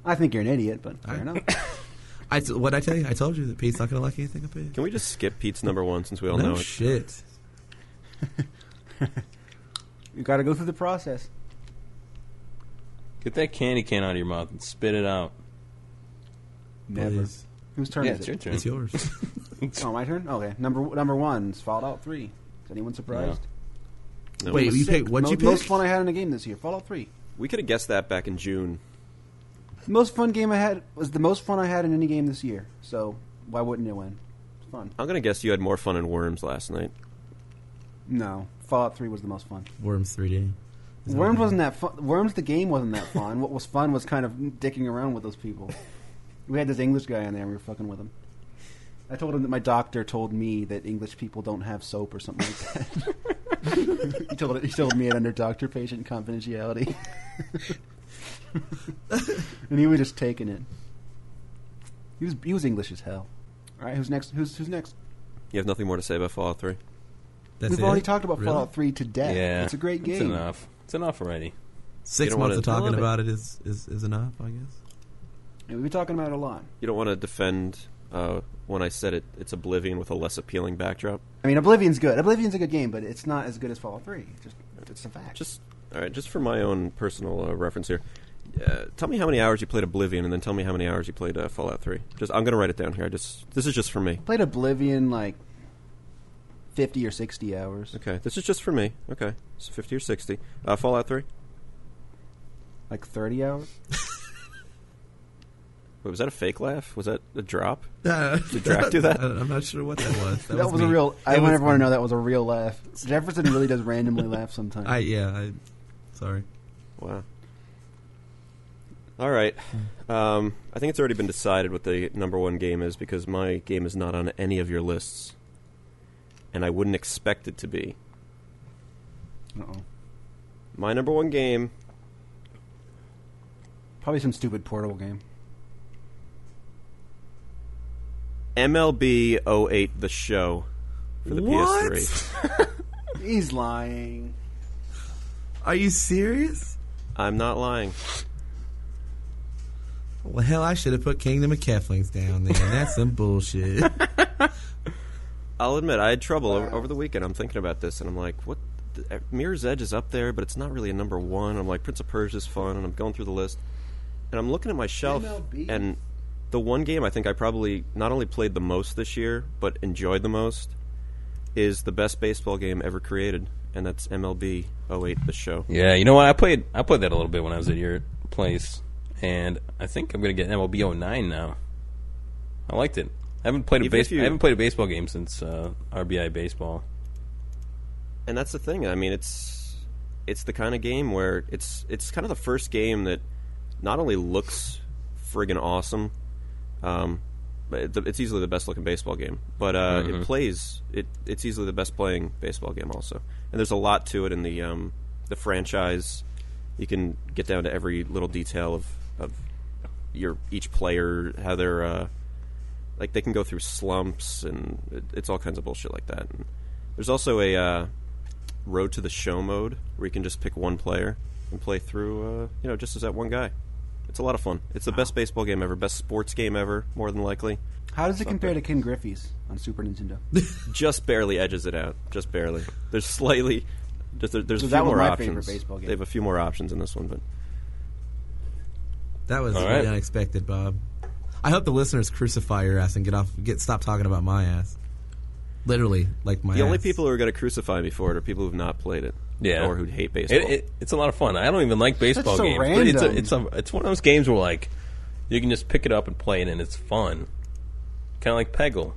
I think you're an idiot, but fair I- enough. *coughs* I what I tell you, I told you that Pete's not gonna like anything I pick. Can we just *laughs* skip Pete's number one since we all No know it? shit. You got to go through the process. Get that candy can out of your mouth and spit it out. Never. Please. Whose turn yeah, is it's it? your turn. It's yours. Oh, my turn. Okay, number number one's Fallout Three. Is anyone surprised? *laughs* No. Wait, you pick? What'd Mo- you pick? Most fun I had in a game this year. Fallout Three. we could have guessed that back in June. The most fun game I had was the most fun I had in any game this year. So why wouldn't it win? It's fun. I'm gonna guess you had more fun in Worms last night. No, Fallout Three was the most fun. Worms 3D. Is that Worms what wasn't that fun. Worms the game wasn't that fun. what was fun was kind of dicking around with those people. We had this English guy in there, and we were fucking with him. I told him that my doctor told me that English people don't have soap or something like that. *laughs* he told he told me it under doctor patient confidentiality, *laughs* and he was just taking it. He was he was English as hell. All right, who's next? Who's who's next? You have nothing more to say about Fallout Three. That's We've it? already talked about Really? Fallout Three to death. Yeah, it's a great It's game. enough. It's enough already. You Six don't months wanna- of I love talking it. about it is, is, is enough, I guess. *laughs* And we've been talking about it a lot. You don't want to defend uh, when I said it. It's Oblivion with a less appealing backdrop. I mean, Oblivion's good. Oblivion's a good game, but it's not as good as Fallout Three. It's Just it's a fact. Just all right. Just for my own personal uh, reference here, uh, tell me how many hours you played Oblivion, and then tell me how many hours you played uh, Fallout Three. Just I'm gonna write it down here. I just this is just for me. played Oblivion like fifty or sixty hours, Okay, this is just for me. Okay, so 50 or 60. Uh, Fallout 3. like thirty hours. Wait, was that a fake laugh? Was that a drop? *laughs* Did Drac do that? I'm not sure what that was. *laughs* That, That was a me. real. I It want was everyone to me. know that was a real laugh. Jefferson really does randomly laugh sometimes. *laughs* I yeah. I, sorry. Wow. All right. Um, I think it's already been decided what the number one game is because my game is not on any of your lists, and I wouldn't expect it to be. Uh-oh. My number one game. Probably some stupid portable game. MLB 08 The Show for the What? PS3. He's lying. Are you serious? I'm not lying. Well, hell, I should have put Kingdom of Keflings *laughs* down there. That's some bullshit. I'll admit I had trouble over, over the weekend. I'm thinking about this and I'm like, what? The, uh, Mirror's Edge is up there, but it's not really a number one. I'm like, Prince of Persia is fun, and I'm going through the list, and I'm looking at my shelf, MLB. and the one game I think I probably not only played the most this year, but enjoyed the most, is the best baseball game ever created, and that's MLB 08 The Show. Yeah, you know what? I played I played that a little bit when I was at your place, and I think I'm gonna get MLB 09 now. I liked it. I haven't played a Even if base- you- I haven't played a baseball game since uh, RBI baseball. and that's the thing. I mean, it's it's the kind of game where it's it's kind of the first game that not only looks friggin' awesome, um, but it, it's easily the best looking baseball game. But uh, it plays it. It's easily the best playing baseball game also. And there's a lot to it in the um, the franchise. You can get down to every little detail of of your each player how they're. Uh, like they can go through slumps and it, it's all kinds of bullshit like that. And there's also a uh, road to the show mode where you can just pick one player and play through, uh, you know, just as that one guy. It's a lot of fun. It's the best baseball game ever, best sports game ever, more than likely. How does it compare to Ken Griffey's on Super Nintendo? Just barely edges it out, just barely. There's slightly, just there, there's So a that few was more my options. favorite baseball game. They have a few more options in this one, but That was All really right. unexpected, Bob. I hope the listeners crucify your ass and get off, get stop talking about my ass. Literally, like my. the only ass. people who are going to crucify me for it are people who've not played it, Yeah. or who hate baseball. It, it, it's a lot of fun. I don't even like baseball so games. but It's a, random. it's a, it's one of those games where like you can just pick it up and play it, and it's fun. Kind of like Peggle.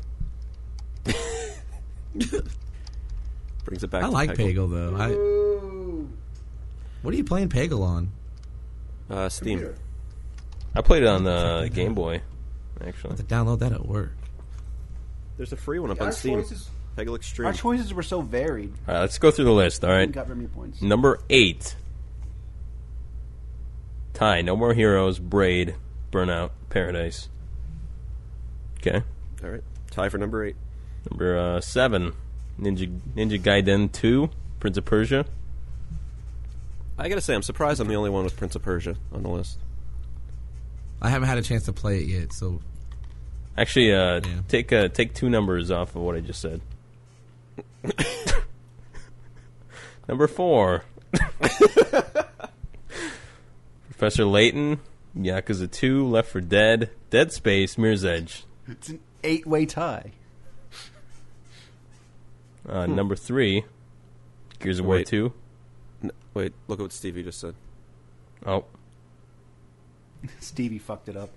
brings it back. I to like Peggle. Pagel though. I. What are you playing Pagel on? Uh, Steam. I played it on the Game Boy, actually. To download that at work. There's a free one up Our on Steam. choices- Peggle Extreme. Our choices were so varied. All right, let's go through the list. All We right, Mm. got very many points. number eight. Tie. No more heroes. Braid. Burnout. Paradise. Okay. All right. Tie for number eight. Number uh, seven. Ninja Ninja Gaiden Two. Prince of Persia. I gotta say, I'm surprised I'm the only one with Prince of Persia on the list. I haven't had a chance to play it yet, so Actually, uh, Yeah. take uh, take two numbers off of what I just said. *laughs* Number four, *laughs* Professor Layton, Yakuza Two, Left for Dead, Dead Space, Mirror's Edge. It's an eight-way tie. Uh, Number three, Gears of War Wait. Two. N- wait, look at what Stevie just said. Oh, Stevie fucked it up.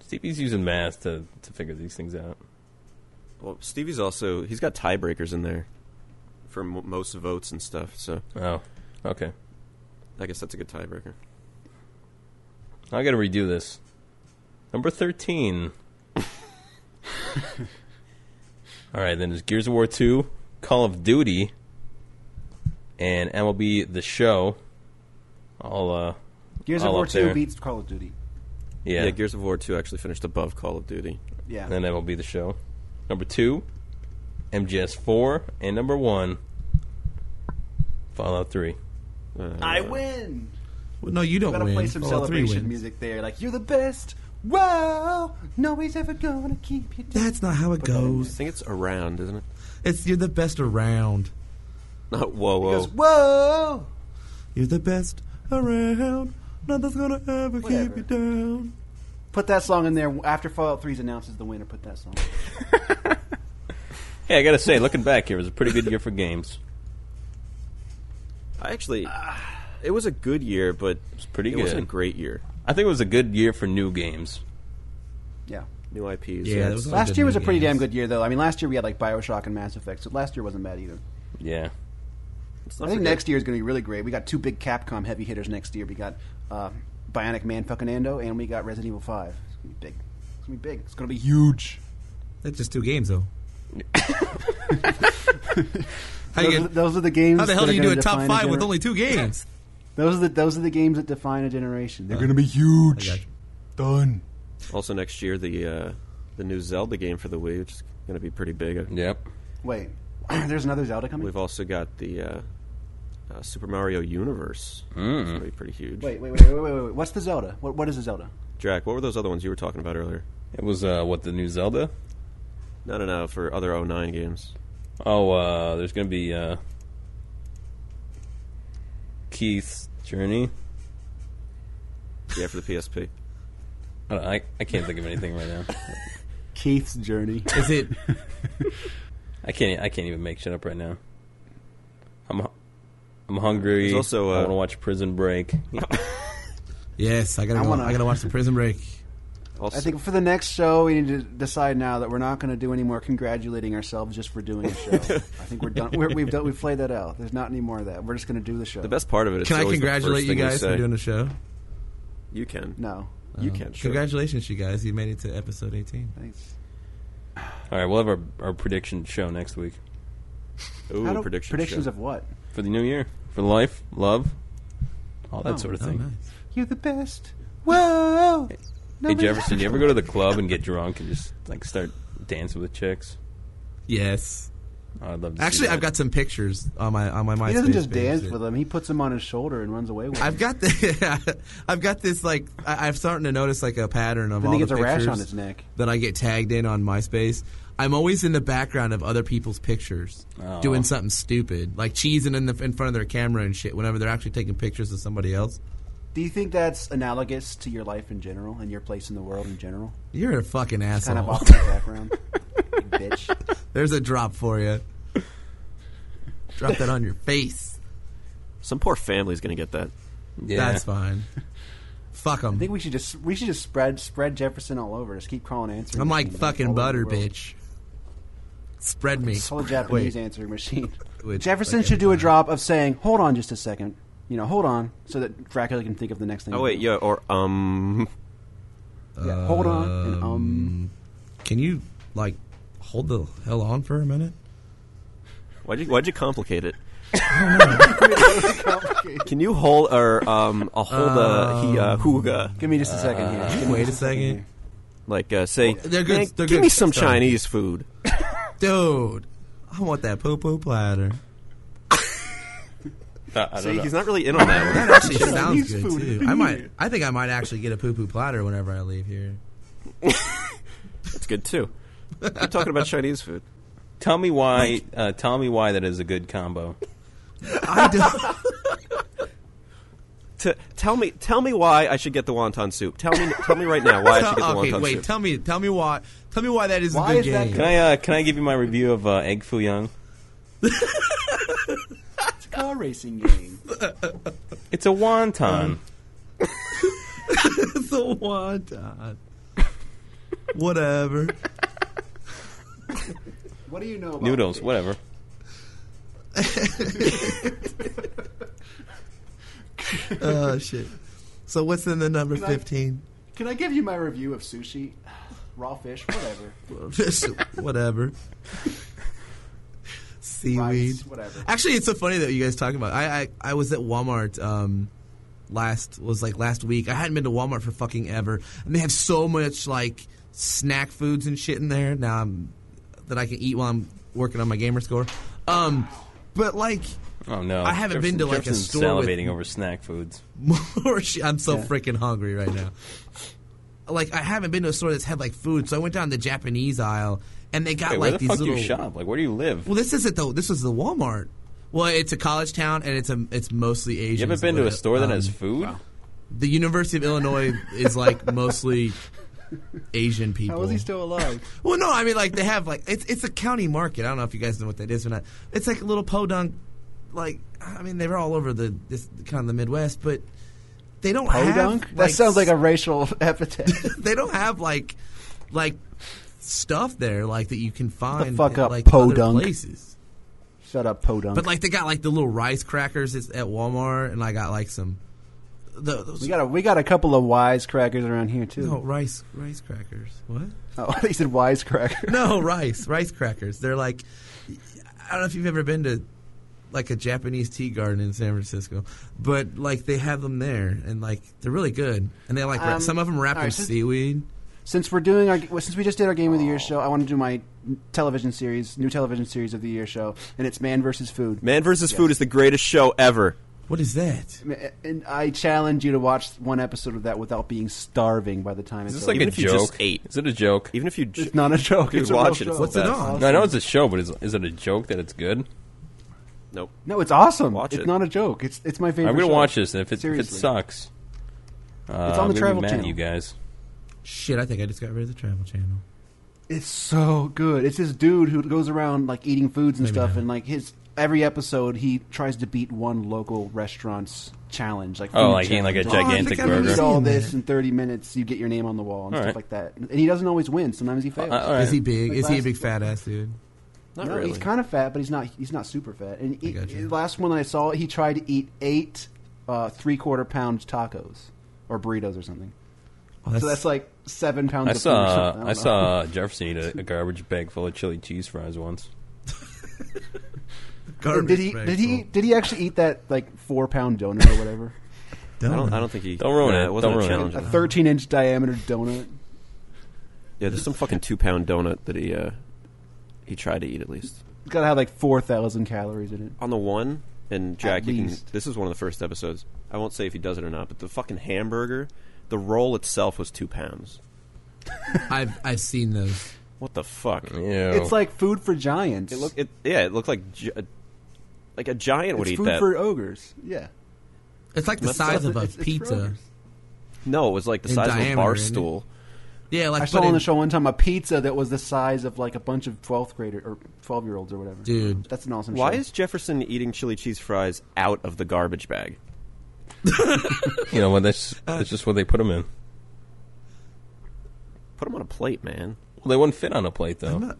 Stevie's using math to to figure these things out. Well, Stevie's also he's got tiebreakers in there for m- most votes and stuff. So Oh, okay. I guess that's a good tiebreaker. I got to redo this. Number *laughs* 13. All right, then there's Gears of War 2, Call of Duty, and MLB The Show. All, uh, Gears of All War up 2 there. beats Call of Duty. yeah. Yeah. Gears of War two actually finished above Call of Duty. Yeah. and then MLB The Show. Number 2, MGS4, and number 1, Fallout 3. Uh, I win. well, no, you don't Gotta win. play some Fallout 3 celebration wins. music there. Like you're the best. Wow. Nobody's ever gonna keep you down. That's not how it I goes. think it's around, isn't it? It's you're the best around. Not *laughs* whoa, whoa. Because whoa. You're the best around. Nothing's gonna ever Whatever. keep you down. Put that song in there after Fallout 3 announces the winner. Put that song. Hey, I got to say, looking back here, it was a pretty good year for games. I actually, it was a good year, but It's pretty it wasn't a good. great year. I think it was a good year for new games. Yeah. New IPs. Yeah, that it's- was- Last good year was a new pretty damn games. good year, though. I mean, last year we had like Bioshock and Mass Effect, so last year wasn't bad either. Yeah. it's I not think forget- next year is going to be really great. We got two big Capcom heavy hitters next year. We got uh, Bionic Man fucking Ando, and we got Resident Evil Five. It's gonna be big. It's gonna be big. It's gonna be huge. That's just two games, *laughs* though. how, you Those, get- are, those are the games. how the hell that do are you do gonna a top define five with gener- only two games? Those are the those are the games that define a generation. They're Uh, gonna be I huge. got you. Done. Also next year the uh, the new Zelda game for the Wii, which is going to be pretty big. Yep. Wait, *clears throat* there's another Zelda coming. We've also got the uh, uh, Super Mario Universe. It's going to be pretty huge. Mm. Wait, wait, wait, wait, wait, wait, wait. What's the Zelda? What what is the Zelda? Jack, what were those other ones you were talking about earlier? It was uh, what the new Zelda. No, no, no, for other 09 games. Oh, uh, there's gonna be uh, Keith's journey. Yeah, for the PSP. I, don't- I I can't think of anything right now. Keith's Journey. Is *laughs* it? I can't I can't even make shit up right now. I'm hu- I'm hungry. There's also, I uh, want to watch Prison *coughs* Break. Yes, I gotta. I go, wanna- I gotta watch the Prison Break. Also, I think for the next show, we need to decide now that we're not going to do any more congratulating ourselves just for doing a show. I think we're done. We're, we've done, we've played that out. There's not any more of that. We're just going to do the show. the best part of it is Can I always the first congratulate you thing guys say. for doing the show? You can. No, You Uh, can, sure. Congratulations, you guys! You made it to episode eighteen. thanks. All right, we'll have our, our prediction show next week Ooh, How do- prediction predictions show. of what? for the new year, for life, love, all that Oh, sort of Oh, thing. nice. You're the best. Whoa. Hey *laughs* Jefferson, you ever go to the club and get drunk and just like start dancing with chicks? Yes. Oh, I'd love to. see Actually, that. I've got some pictures on my on my MySpace. He doesn't just page dance that- with them. He puts them on his shoulder and runs away with them. I've got the, *laughs* I've got this like I, I'm starting to notice like a pattern of Then all he gets the a rash pictures on his neck. that I get tagged in on MySpace. I'm always in the background of other people's pictures, Oh. doing something stupid, like cheesing in the in front of their camera and shit. Whenever they're actually taking pictures of somebody else, Do you think that's analogous to your life in general and your place in the world in general? you're a fucking asshole. Kind of off in the background, *laughs* you bitch. *laughs* There's a drop for you. drop that on your face. Some poor family's going to get that. yeah. That's fine. Fuck I think them. we should just we should just spread spread Jefferson all over. Just keep calling answering. I'm like machines fucking all over the butter, world. bitch. Spread me. Whole Japanese Wait. answering machine. *laughs* Wait, Jefferson like should do a Amazon. drop of saying, "Hold on, just a second. You know, hold on," so that Dracula can think of the next thing. Oh, to *laughs* wait, do. yeah, or, um... Yeah, hold on and um. Can you like hold the hell on for a minute? Why'd you, why'd you complicate *laughs* it? Complicated. Can you hold, or, um, a hold a, he, Um, uh, hooga? Give me just a second here. Give me uh, Wait a just second, here. Like, uh, say, They're good- "Man, they're give good me some stuff." Chinese food. dude. I want that poo poo platter. Uh, I, I don't See, know. he's not really in on that *laughs* one. That actually sounds Chinese good food. too. I might. I think I might actually get a poo poo platter whenever I leave *laughs* here. That's good, too. You're talking about Chinese food. Tell me why. Uh, tell me why that is a good combo. I don't. T- tell me, tell me why I should get the wonton soup. Tell me, tell me right now why I should get the *laughs* okay, wonton wait. soup. Tell me. Tell me why. Tell me why that is Why a good is that game. good? Can *laughs* I? Uh, can I give you my review of uh, Egg Foo Young? It's a car racing game. It's a Um, wonton. It's a wonton. *laughs* Whatever. What do you know about Noodles, fish? whatever. Oh shit. So what's in the number I- fifteen? Can I give you my review of sushi? *sighs* Raw fish, whatever. *laughs* whatever. Seaweed. Rice, whatever. Actually, it's so funny that you guys talking about. I I, I was at Walmart um, last was like last week. I hadn't been to Walmart for fucking ever, and they have so much like snack foods and shit in there now I'm, that I can eat while I'm working on my gamer score. Um, but like *laughs* Oh no! I haven't been to, like, a Jefferson's store with- salivating over snack foods. more shit. I'm so freaking hungry right now. Like I haven't been to a store that's had like food, so I went down the Japanese aisle and they got Wait, like where the these fuck do little you shop? Like, where do you live? Well, this isn't though. This was the Walmart. Well, it's a college town, and it's a it's mostly Asian. You haven't been to a store that has food? um, The University of Illinois is like *laughs* mostly Asian people. How is he still alive? well, no, I mean like they have like it's it's a county market. I don't know if you guys know what that is or not. It's like a little podunk. Like I mean, they were all over the this kind of the Midwest, but they don't have Podunk? like, that sounds like a racial *laughs* epithet. *laughs* they don't have like like stuff there like that you can find fuck at, up, like other podunk. places. Shut up, Podunk. But like they got like the little rice crackers at at Walmart, and I got like some the, those we got a we got a couple of wisecrackers around here too. *laughs* no rice rice crackers. What? *laughs* Oh, *laughs* they said wisecracker. No rice rice crackers. They're like I don't know if you've ever been to like a Japanese tea garden in San Francisco, but like they have them there, and like they're really good, and they like wrap Um, some of them wrapped all right, in so- seaweed. Since we're doing our well, since we just did our game of the year show, I want to do my television series, new television series of the year show, and it's Man versus Food. Man vs. Food is the greatest show ever. What is that? And I challenge you to watch one episode of that without being starving by the time Is it's this like over. a Even if you joke? just ate. Is it a joke? Even if you j- it's not a joke. Dude, it's a watch real it. It's show. What's it best. on? No, I know it's a show, but is, is it a joke that it's good? nope. No, it's awesome. Watch it's it. not a joke. It's it's my favorite. I'm gonna show. watch this, and if it, if it Seriously. sucks, uh, on the I'm gonna be Travel mad at Channel. You guys, Shit, I think I just got rid of the Travel Channel. It's so good. It's this dude who goes around like eating foods and Maybe stuff, not. and like his every episode he tries to beat one local restaurant's challenge. Like Oh, food like eating, like, a challenge. Oh, I gigantic think I remember burger. Eat all seeing this that. in thirty minutes, you get your name on the wall and All stuff right. like that. And he doesn't always win. Sometimes he fails. Uh, all right. Is he big? Like Is he a last- big fat ass dude? Not No, really. He's kind of fat, but he's not. He's not super fat. And he, gotcha. the last one I saw, he tried to eat eight uh, three-quarter pound tacos or burritos or something. Oh, that's, So that's like seven pounds. I of food or saw something. I, don't know. saw Jefferson eat a, a garbage bag full of chili cheese fries once. garbage. Did he? bag Did full. he? Did he actually eat that like four-pound donut or *laughs* whatever? Don't. I don't. I don't think he. Don't ruin Nah, it. It wasn't Don't a ruin it. challenge. a at all. 13 inch diameter donut. Yeah, there's some fucking two pound donut that he uh, he tried to eat at least. It's got to have like 4,000 calories in it. on the one, and Jack, At you can, least. this is one of the first episodes. I won't say if he does it or not, but the fucking hamburger, the roll itself was two pounds. I've I've seen those. What the fuck? Yeah, It's like food for giants. It looked, it, yeah, it looked like gi- like a giant would it's eat food that. for ogres. Yeah. It's like the Must- size of a It's- it's for pizza. ogres. no, it was like the in size of a diameter, bar isn't it? stool. Yeah, like I saw but on the in- show one time a pizza that was the size of like a bunch of 12th grader or 12 year olds or whatever. Dude. That's an awesome Why show. is Jefferson eating chili cheese fries out of the garbage bag? you know what? That's that's just what they put them in. Put them on a plate, man. Well, they wouldn't fit on a plate though.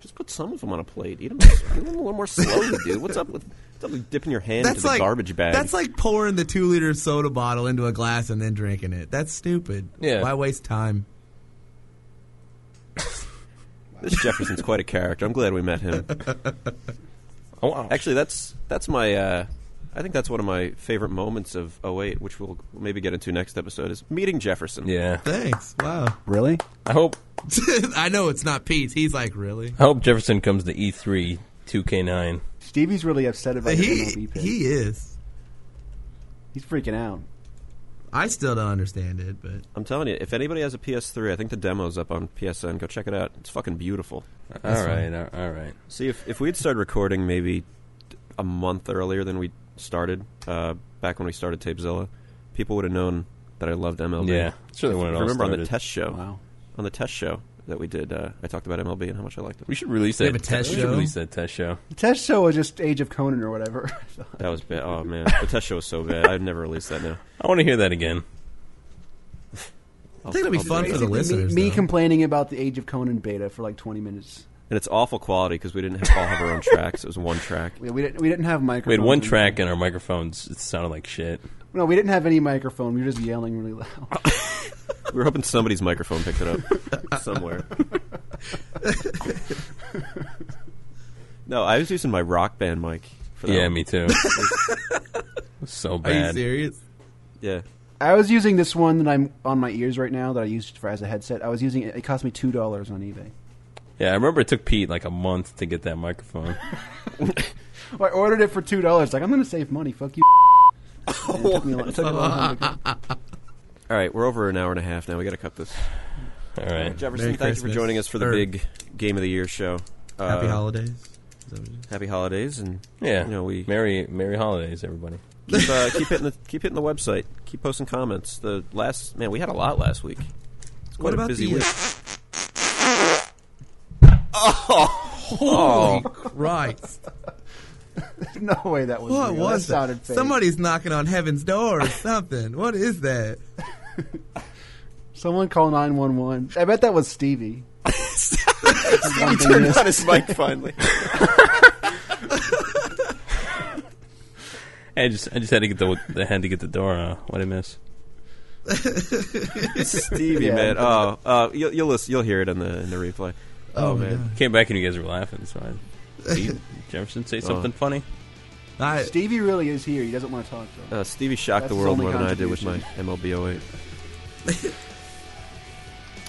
Just put some of them on a plate. Eat them, eat 'em a little more slowly, dude. What's up with, what's up with dipping your hand That's into like the garbage bag? That's like pouring the two liter soda bottle into a glass and then drinking it. That's stupid. Yeah. Why waste time? This Jefferson's quite a character. I'm glad we met him. Oh, wow. Actually, that's that's my. Uh, I think that's one of my favorite moments of 08, which we'll maybe get into next episode, is meeting Jefferson. yeah. Thanks. Wow. *laughs* Really? I hope I know it's not Pete's. He's like really. I hope Jefferson comes to E E3 2K9. Stevie's really upset about his He MLB pick. he is. He's freaking out. I still don't understand it, but I'm telling you, if anybody has a PS3, I think the demo's up on PSN. Go check it out. It's fucking beautiful. All right, all- all right. See, if, if we had started recording maybe a month earlier than we started, uh, back when we started Tapezilla, people would have known that I loved MLB. Yeah, it's really when it all remember on the started. test show, Wow. on the test show that we did, uh, I talked about MLB and how much I liked it. We should release We that have a test we should show? release that test show. The test show was just Age of Conan or *laughs* whatever. That was bad. Oh man, the test show was so bad. I'd never release that now. I want to hear that again. I think it'll be fun for the Basically, listeners. me, me though. complaining about the Age of Conan beta for like 20 minutes. And it's awful quality because we didn't have, all have our own tracks. It was one track. We, we, didn't, we didn't have microphones. We had one track and our microphones it sounded like shit. No, we didn't have any microphone. We were just yelling really loud. We were hoping somebody's microphone picked it up somewhere. no, I was using my rock band mic. For that Yeah, one. me *laughs* too. so Are you bad. serious? Yeah, I was using this one that I'm on my ears right now that I used for as a headset. I was using it. It cost me two dollars on eBay. Yeah, I remember it took Pete like a month to get that *laughs* microphone. Well, I ordered it for two dollars. Like I'm going to save money. Fuck you. And it took me a long- it took a long time to get- All right, we're over an hour and a half now. We got to cut this. All right. Jefferson, Merry thank you Christmas. for joining us for the Or- big game of the year show. Uh, Happy holidays. Is that what it is? Happy holidays, and Yeah. you know we Merry Merry holidays everybody. keep, uh, keep hitting the keep hitting the website. Keep posting comments. The last man, we had a lot last week. It's quite What a about busy the? *laughs* week. Oh. Oh, holy Christ! There's no way that was What real. was that? Sounded that? fake. Somebody's knocking on heaven's door or something. what is that? Someone call 911. I bet that was Stevie. Stevie Turned on his mic finally. I just I just had to get the the hand to get the door. Uh, what I miss? Stevie, Yeah. man. Oh, uh, you'll you'll, listen, you'll hear it in the in the replay. Oh, man, Came back and you guys were laughing. So *laughs* I, Did Jefferson say something funny. I, Stevie really is here. He doesn't want to talk to him. uh, Stevie shocked That's the his world only more than I did with my MLB *laughs* 08.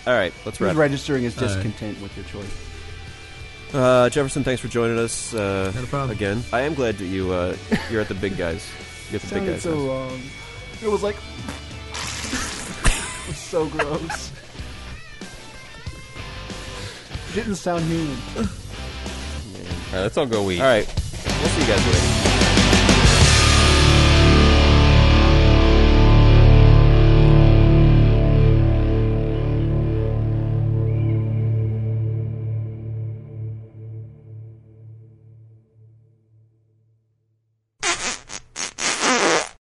All right, let's He's wrap. registering his All right. discontent with your choice. Uh, Jefferson, thanks for joining us uh, Not a problem. again. I am glad that you uh, you're at the big guys. You're at the big Sounded guys. so house. long. It was like *laughs* it was so *laughs* gross. It didn't sound human. All right, let's all go eat. All right, we'll see you guys later.